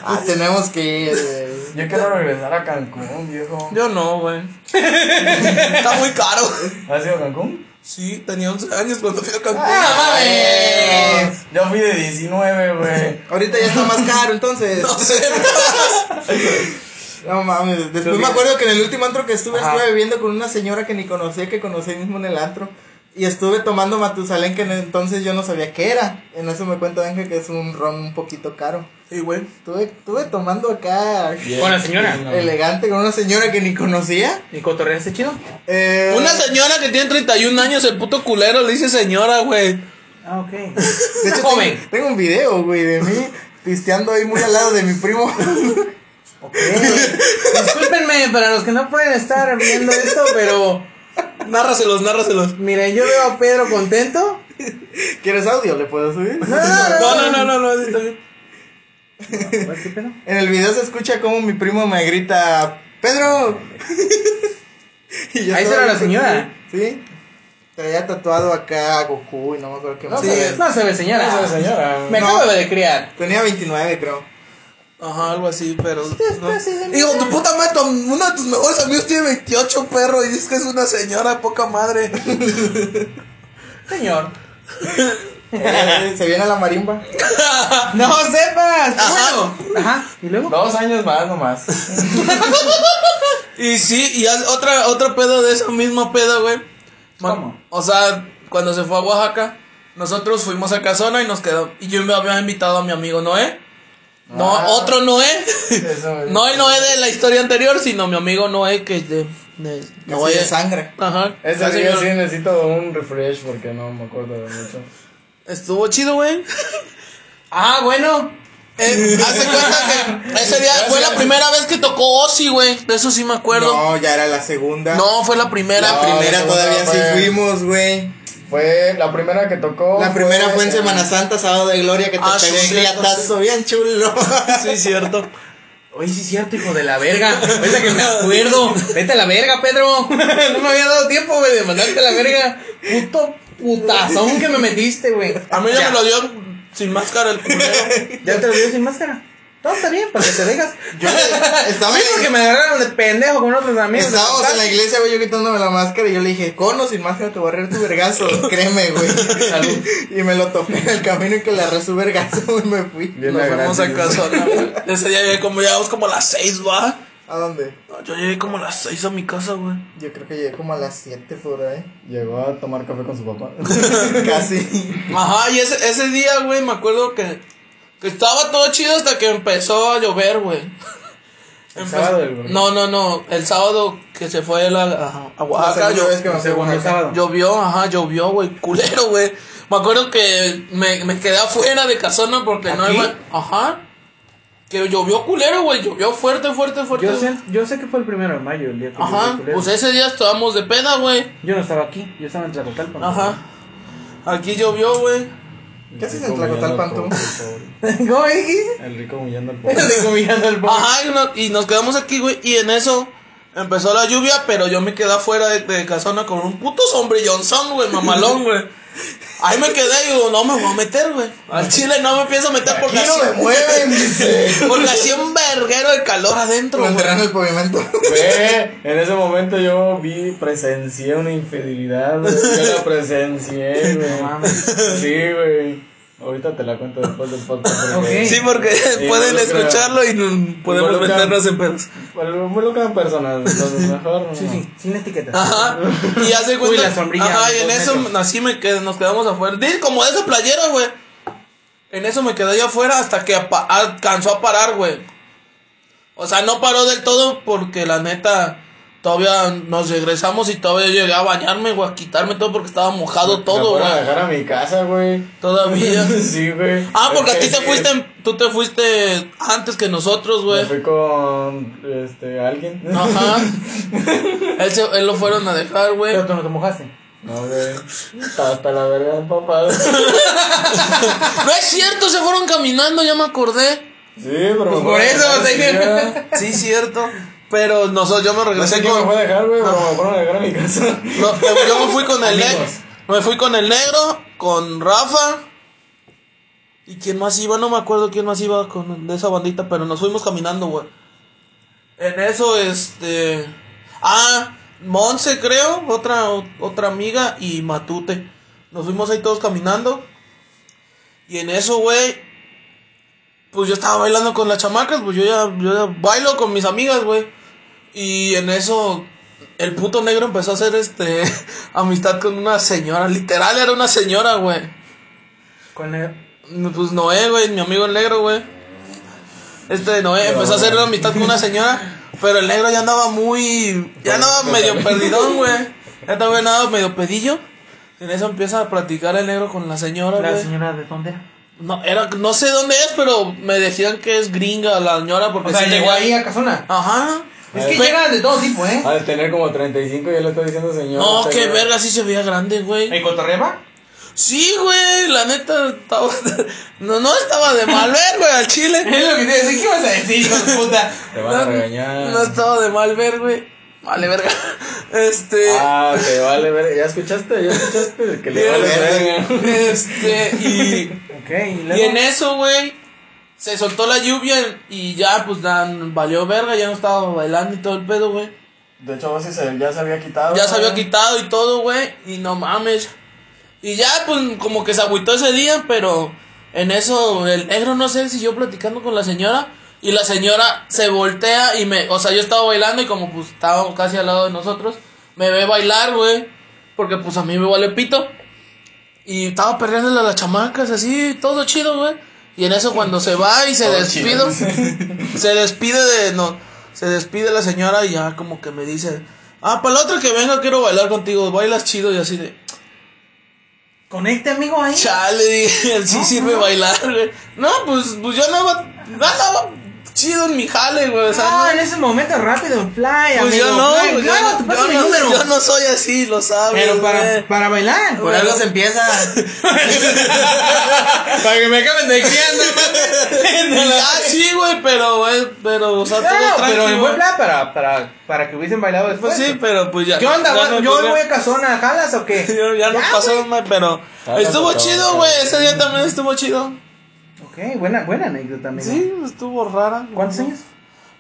Ah, tenemos que ir, güey.
Yo quiero regresar a Cancún, viejo.
Yo no, güey. Está muy caro.
¿Has ido a Cancún?
Sí, tenía 11 años cuando fui a Cancún. Ah,
mames.
Yo fui de 19, güey.
Ahorita ya está más caro, entonces.
No sé.
No mames, después me acuerdo que en el último antro que estuve estuve bebiendo con una señora que ni conocía, que conocí mismo en el antro. Y estuve tomando Matusalén, que en- entonces yo no sabía qué era. En eso me cuenta Ángel que es un ron un poquito caro.
Sí, güey.
Estuve, estuve tomando acá
Con la señora.
elegante con una señora que ni conocía.
¿Y cotorreaste chido?
Eh,
Una señora que tiene 31 años, el puto culero le dice señora, güey.
Ah, ok.
de hecho,
joven.
Tengo, tengo un video, güey, de mí pisteando ahí muy al lado de mi primo.
Ok. Discúlpenme para los que no pueden estar viendo esto, pero
Nárraselos, nárraselos.
miren, yo veo a Pedro contento.
¿Quieres audio? ¿Le puedo subir?
No, no, no.
No, no, no, no, no, sí, está bien.
Pues, ¿qué pedo?
En el video se escucha como mi primo me grita, Pedro. Y yo
Ahí
estaba
será la
bien
señora.
confundido. Sí. Traía tatuado acá a Goku y no me acuerdo qué más.
Sí, no se ve señora.
No se ve señora.
Me
No.
acabo de criar.
Tenía 29, creo.
Ajá, algo así, pero. no. Digo, tu puta madre, tu- uno de tus mejores amigos tiene 28 perro y dices que es una señora, poca madre.
Señor.
Eh, se viene a la marimba.
No sepas. qué
Ajá.
bueno. Ajá. ¿Y luego?
Dos años más nomás.
Y sí, y haz- otra, otra pedo de esa misma peda, güey. Ma-
¿Cómo?
O sea, cuando se fue a Oaxaca, nosotros fuimos a Casona y nos quedó. Y yo me había invitado a mi amigo Noé. No,
Ah.
otro Noé.
Eso es.
No el Noé de la historia anterior, sino mi amigo Noé que es de. de
No de sangre.
Ajá.
Ese
la
día
señora.
sí necesito un refresh porque no me acuerdo de mucho.
Estuvo chido, güey.
Ah, bueno.
Eh, hace cuenta que ese día fue la primera vez que tocó Ozzy, güey. De eso sí me acuerdo.
No, ya era la segunda.
No, fue la primera.
la
No,
primera
la segunda
todavía sí
fue-
fuimos, güey.
Fue la primera que tocó.
La primera fue en
eh,
Semana Santa, sábado de gloria, que te
Ah, sí,
pegó un
cierto,
riatazo bien chulo.
Sí, cierto.
Oye, sí es cierto, hijo de la verga. Ahorita que me acuerdo. Vete a la verga, Pedro. No me había dado tiempo, güey, de mandarte a la verga. Puto putazón que me metiste, güey.
A mí ya, me lo dio sin máscara el culero.
¿Ya te lo dio sin máscara? Todo está bien, para que te dejas.
Yo estaba
A mí porque me agarraron de pendejo con otros amigos.
Estábamos en la iglesia, güey, yo quitándome la máscara y yo le dije, con o sin máscara te voy a arreglar tu vergazo, créeme, güey.
Salud.
y me lo topé en el camino y que le arrasó su vergazo y me fui.
Bien
Nos fuimos a
agradecido.
Casona, güey. Ese día llegué como, llegamos como a las seis, va.
¿A dónde?
No, Yo llegué como a las seis a mi casa, güey.
Yo creo que llegué como a las 7 por ahí.
Llegó a tomar café con su papá.
Casi.
Ajá, y ese, ese día, güey, me acuerdo que, que estaba todo chido hasta que empezó a llover, güey.
El
Empezó-
sábado, el güey.
No, no, no. El sábado que se fue la, a, a
La
Oaxaca,
segunda
yo-
vez que me fui a
Segundo
Oaxaca.
sábado.
llovió, ajá, llovió, güey. Culero, güey. Me acuerdo que me, me quedé afuera de casona porque no
¿Aquí?
iba. Ajá. Que llovió culero, güey. Llovió fuerte, fuerte, fuerte.
Yo sé, yo sé que fue el primero de mayo, el día que yo
Ajá,
vi el
pues ese día estábamos de peda, güey.
Yo no estaba aquí, yo estaba en Tlacotalpan.
Ajá. Aquí llovió, güey.
¿Qué haces en
El rico
Tlacotalpan
humillando
tú?
al pobre,
¿Cómo dijiste?
pobre. El rico humillando al pobre.
Estoy comiendo el pan.
Ajá, y, no- y nos quedamos aquí, güey. Y en eso empezó la lluvia, pero yo me quedé afuera de, de casona con un puto sombrillonzón, güey, mamalón, güey. Ahí me quedé y digo, no me voy a meter, güey. Al chile no me pienso meter porque
Aquí
así,
no me mueven, dice.
porque hacía un verguero de calor adentro,
Lo
güey.
enterraron en el pavimento.
Güey, en ese momento yo vi, presencié una infidelidad, güey. Yo la presencié, güey. Sí, güey. Ahorita te la cuento después del podcast. porque
Ok.
Sí, porque pueden
involucra-
escucharlo y mm, podemos
involucra-
meternos en pedos.
Involucran personas, entonces mejor no.
Sí, sí, sin etiquetas.
Ajá. Y hace cuenta.
la sombrilla,
ajá, y en
dos
eso
metros.
así me qued- nos quedamos afuera. Dil como de esa playera, güey. En eso me quedé allá afuera hasta que apa- alcanzó a parar, güey. O sea, no paró del todo porque la neta todavía nos regresamos y todavía llegué a bañarme, güey, a quitarme todo porque estaba mojado todo,
Me fueron a
güey.
dejar a mi casa, güey.
Todavía.
sí, güey.
Ah, porque a
Es
ti
que
te
sí,
fuiste, en- tú te fuiste antes que nosotros,
Me
güey.
fui con este alguien.
Ajá. Él, se- él lo fueron a dejar, güey.
Pero tú no te mojaste.
No, güey. Estaba hasta la verga empapado.
No es cierto, se fueron caminando, ya me acordé.
Sí, pero me
Pues
fue
por
a
eso,
dejar,
te dije.
ya.
Sí, cierto. Pero nosotros, yo me
No sé
regresé
quién me
con.
fue a dejar, güey, pero me fueron a dejar a mi casa.
No, te- yo me fui con el negro.
Amigos.
Me fui con el negro, con Rafa. ¿Y quién más iba? No me acuerdo quién más iba con de esa bandita, pero nos fuimos caminando, güey. En eso, este. Ah, Monse, creo, otra, otra amiga, y Matute. Nos fuimos ahí todos caminando. Y en eso, güey. Pues yo estaba bailando con las chamacas, pues yo ya, yo ya bailo con mis amigas, güey. Y en eso, el puto negro empezó a hacer este amistad con una señora, literal era una señora, güey.
Con el...
Pues Noé, güey, mi amigo el negro, güey. Este Noé empezó a hacer una amistad con una señora, pero el negro ya andaba muy. Ya andaba medio perdidón, güey. Ya estaba andaba medio pedillo. En eso empieza a platicar el negro con la señora,
La
güey.
señora de dónde.
No, era, no sé dónde es, pero me decían que es gringa la señora porque
O sea,
sí
llegó
tenía-
ahí a Casona.
Ajá.
Es que
Pe-
llegan de todo tipo, ¿eh?
Ha de tener como 35 y ya le estoy diciendo señor.
No,
Pero-
qué verga, sí se veía grande, güey.
¿En Cotorreba?
Sí, güey, la neta estaba. No, no estaba de mal ver, güey, al chile.
Es lo que te decía. ¿Qué vas a decir, hijo de puta?
Te van a
No,
regañar.
No estaba de mal ver, güey. Vale, verga. Este.
Ah, te vale verga. ¿Ya escuchaste? ¿Ya escuchaste? Que le vale verga.
Este, y.
Ok, y luego.
Y en eso, güey, se soltó la lluvia y ya, pues, dan, valió verga, ya no estaba bailando y todo el pedo, güey.
De hecho, a veces ya se había quitado.
Ya se había
güey.
quitado y todo, güey. Y no mames. Y ya, pues, como que se agüitó ese día, pero en eso el negro no sé si yo platicando con la señora. Y la señora se voltea y me. O sea, yo estaba bailando y como pues estaba casi al lado de nosotros, me ve bailar, güey. Porque pues a mí me vale pito. Y estaba perreándole a las chamacas, así, todo chido, güey. Y en eso cuando se va y se
Todo
despido,
chido.
se despide de no, se despide la señora y ya como que me dice, ah, para la otra que venga quiero bailar contigo, bailas chido y así de,
Conecte, amigo, ahí.
chale, dije, sí sirve bailar, güey. No, pues, pues yo andaba, andaba chido en mi jale, güey, o sea,
Ah,
no-
en ese momento rápido, fly, amigo.
pues yo no,
fly.
pues, yo
Claro,
no-
te paso
yo
mi
no-
número.
yo no soy así, lo sabes,
Pero
güey.
para, para bailar.
Por algo se
empieza. para que me acaben de
Y
criando.
ya, sí, güey, pero, güey, pero, o sea, todo tranquilo.
pero en buen plan para, para, para que hubiesen bailado después.
Pues sí, pero pues ya.
¿Qué onda?
ya
güey?
no-
¿Yo
ya-
voy a casona? ¿Jalas o qué?
Ya, ya no pasó, ma- pero
Ya
estuvo
no pasó,
chido,
ya.
güey. Ese día también estuvo chido.
Ok, buena, buena anécdota, amigo.
Sí, estuvo rara.
¿Cuántos
No-
años?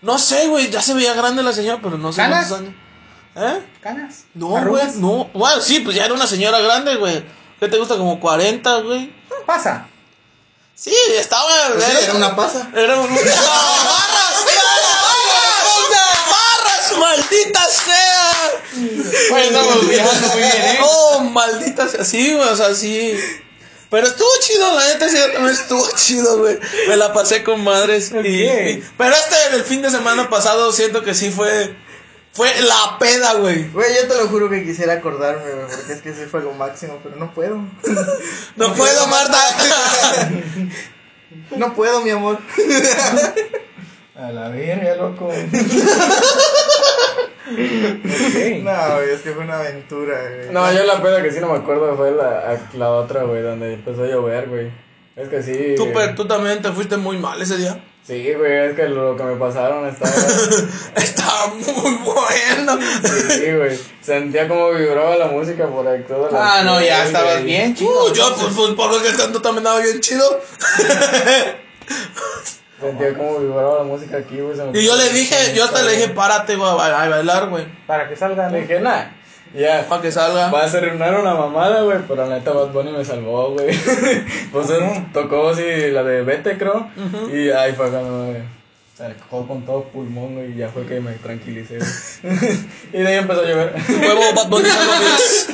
No sé, güey. Ya se veía grande la señora, pero no sé
¿Canas?
cuántos años. ¿Eh?
¿Canas?
No, güey,
¿Arrugas?
no. Bueno, sí, pues ya era una señora grande, güey. ¿Qué te gusta? Como 40, güey.
Pasa.
Sí, estaba.
Pues
Sí, era una pasa.
Era un. ¡No! ¡Barras! ¡Barras! ¡Barras! ¡Maldita sea!
Estamos viajando muy bien, ¿eh?
Oh, maldita sea. Sí, güey, o sea, sí. Pero estuvo chido, la neta, sí, también estuvo chido, güey. Me la pasé con madres. y- y- pero este, el fin de semana pasado, siento que sí fue. Fue la peda, güey.
Güey, yo te lo juro que quisiera acordarme, güey, porque es que sí fue lo máximo, pero no puedo.
No puedo, Marta.
No puedo, mi amor.
A la verga, loco.
No, güey, es que fue una aventura, güey.
No, yo la peda que sí no me acuerdo fue la, la otra, güey, donde empezó a llover, güey. Es que sí.
tú, pero tú también te fuiste muy mal ese día.
Sí, güey, es que lo que me pasaron estaba.
Estaba muy bueno.
sí, güey. Sentía como vibraba la música por ahí. toda la-
Ah, no, ya
güey.
estabas bien, chico.
Uh, yo, pues, pues, por lo que tanto también estaba bien chido.
Sentía como vibraba la música aquí, güey. se me
Y yo le
puso
dije,
bien
yo hasta le dije,
cabrón.
párate, güey, a ba- a bailar, güey.
Para que salgan.
Le dije, nah. Ya.
Para que salga.
Va a ser una, una mamada, güey, pero la neta Bad Bunny me salvó, güey. pues eh, tocó así la de Vete, creo. Y ahí fue cuando me sacó con todo pulmón, güey, y ya fue que me tranquilicé. güey. y de ahí empezó a llover.
Huevo, Bad Bunny salva vidas.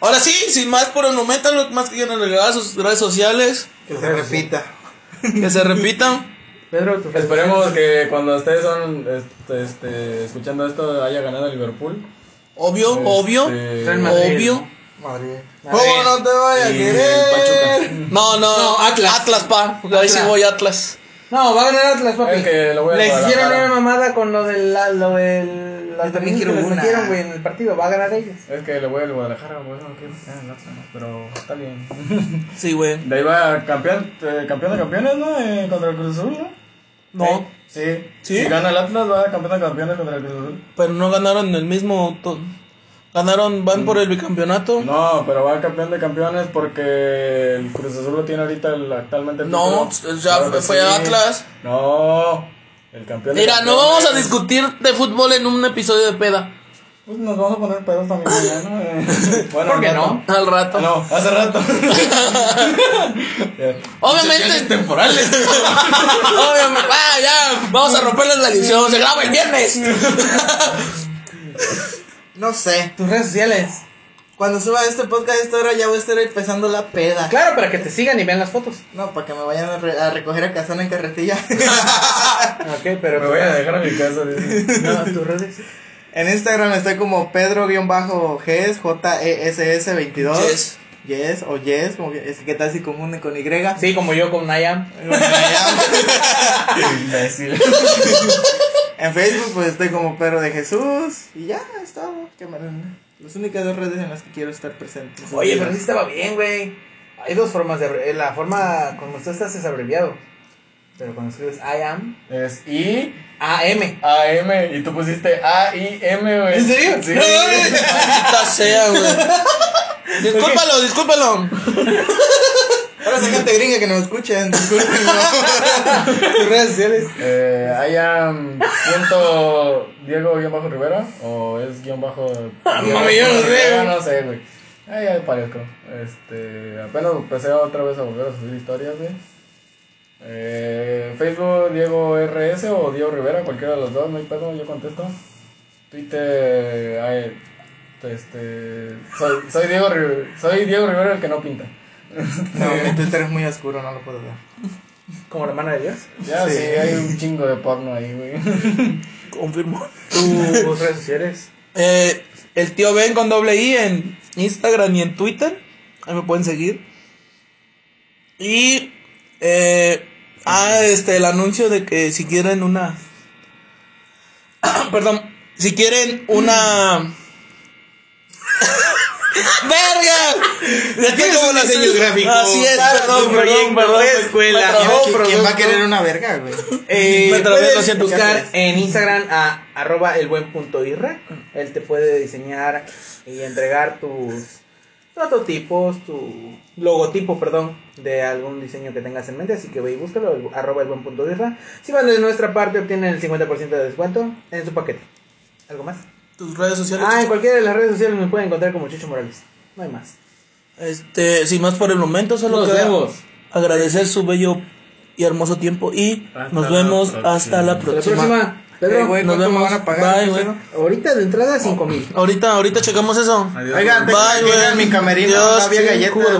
Ahora sí, sin más por el momento, lo más que quieran agregar a sus redes sociales,
Que se repita.
que se repitan.
Pedro, tu
Esperemos que cuando ustedes son este, este, escuchando esto haya ganado Liverpool.
Obvio,
Este,
obvio,
Real Madrid,
obvio. Oh,
Madrid.
ver.
¿Cómo no te voy a
Y el
querer?
Pachuca.
No, no,
No, Atlas.
Atlas, pa. porque Ahí sí
Atlas.
voy, Atlas.
No, va a ganar Atlas, papi.
Es que lo voy a
Les hicieron
Guadalajara.
una mamada con lo del. la- Lo del las
Yo
dominicas
también quiero
que les
una.
metieron, güey, en el partido. Va a ganar ellos.
Es que le voy al Guadalajara, güey, no quiero que sea el Atlas, ¿no? pero está bien.
Sí, güey.
De ahí va campeón, eh, campeón de campeones, ¿no? Eh, contra el Cruz Azul, ¿no?
No,
Sí.
¿Sí?
Si gana el Atlas, va campeón de campeones contra el Cruz Azul.
pero no ganaron el mismo. to- Ganaron, van por el bicampeonato.
No, pero va campeón de campeones porque el Cruz Azul lo tiene ahorita el- actualmente. el
No,
título.
o sea,
Claro que
fue Atlas.
No, el campeón. de
Mira, no
campeones.
vamos a discutir de fútbol en un episodio de peda.
Pues nos vamos a poner pedos también mañana. eh. Bueno,
¿Por qué
al rato.
no?
Al rato.
Ah, no, hace rato. Ya.
Obviamente. temporales. Obviamente. Ah, ya. Vamos a romperles la edición. Se graba el viernes.
No sé.
Tus redes sociales.
Cuando suba este podcast, esta hora ya voy a estar empezando la peda.
Claro, para que te sigan y vean las fotos.
No, para que me vayan a, re- a recoger a Casana en carretilla.
Ok,
Me
pero.
voy a dejar a mi casa. dice.
No, tus redes.
en Instagram estoy como Pedro-Ges, E J-E-S-S-22.
Yes.
Yes, o Yes, como que, es que tal si confunden con Y.
Sí, como yo con Nayam.
Imbécil.
En Facebook, pues estoy como Pedro de Jesús. Y ya, es todo. Que me- Las únicas dos redes en las que quiero estar presente.
Oye, pero sí estaba bien, güey. Hay dos formas de. abre- eh, La forma como tú estás es abreviado. Pero cuando escribes I am,
Es I
AM.
A M y tú pusiste A I M, güey.
¿En serio?
Sí.
No mames.
Maldita sea, güey. Discúlpalo, discúlpalo.
Ahora esa gente gringa que nos escuchan, disculpen.
Tus redes sociales.
Eh, I am siento Diego guión bajo Rivera o es guión bajo.
mami, yo no sé,
Rivera,
güey.
No sé, güey. Ay, ay, parezco. Este, apenas empecé otra vez a volver a subir historias, güey. Eh, Facebook Diego RS o Diego Rivera, cualquiera de los dos, no hay pedo, yo contesto. Twitter, ay, este, soy, soy Diego, Ri- soy Diego Rivera el que no pinta.
No, mi Twitter es muy oscuro, no lo puedo ver.
Como la mano de Dios.
Ya,
Sí.
sí, hay un chingo de porno ahí, güey.
Confirmo.
Tus redes sociales.
Eh, el tío Ben con doble I en Instagram y en Twitter. Ahí me pueden seguir. Y. Eh, ah, este, el anuncio de que si quieren una. Perdón. Si quieren una. ¡Verga! Ya tengo
un
las-
diseño gráfico,
Así es,
claro,
perdón,
tu
perdón,
proyecto,
perdón.
tu
me
escuela,
trabó,
¿no?
perdón.
¿Quién va a querer una verga, güey?
Eh,
Me trabé, lo
puedes
siento.
buscar
Gracias.
en Instagram a arroba el buen punto irra. Él te puede diseñar y entregar tus prototipos, tu logotipo, perdón, de algún diseño que tengas en mente. Así que ve y búscalo, el- arroba el buen punto irra. Si van de nuestra parte, obtienen el 50% de descuento en su paquete. ¿Algo más?
Tus redes sociales.
Ah, en cualquiera de las redes sociales me pueden encontrar como Chicho Morales. No hay más.
Este, sin más por el momento, solo
Nos
queda
vemos.
agradecer su bello y hermoso tiempo y
Hasta
nos
la
vemos
próxima.
hasta la
Hasta la
próxima.
próxima.
Ey,
Pedro,
Eh, güey,
nos
¿cuánto me
vemos.
van a pagar?
Bye,
¿Qué
güey.
pedo?
ahorita de entrada 5 mil.
Ahorita, ahorita checamos eso.
Adiós.
Oigan, tengo
Bye,
aquí
güey.
en mi camerino
Dios,
todavía
sí,
galletas.
jugo de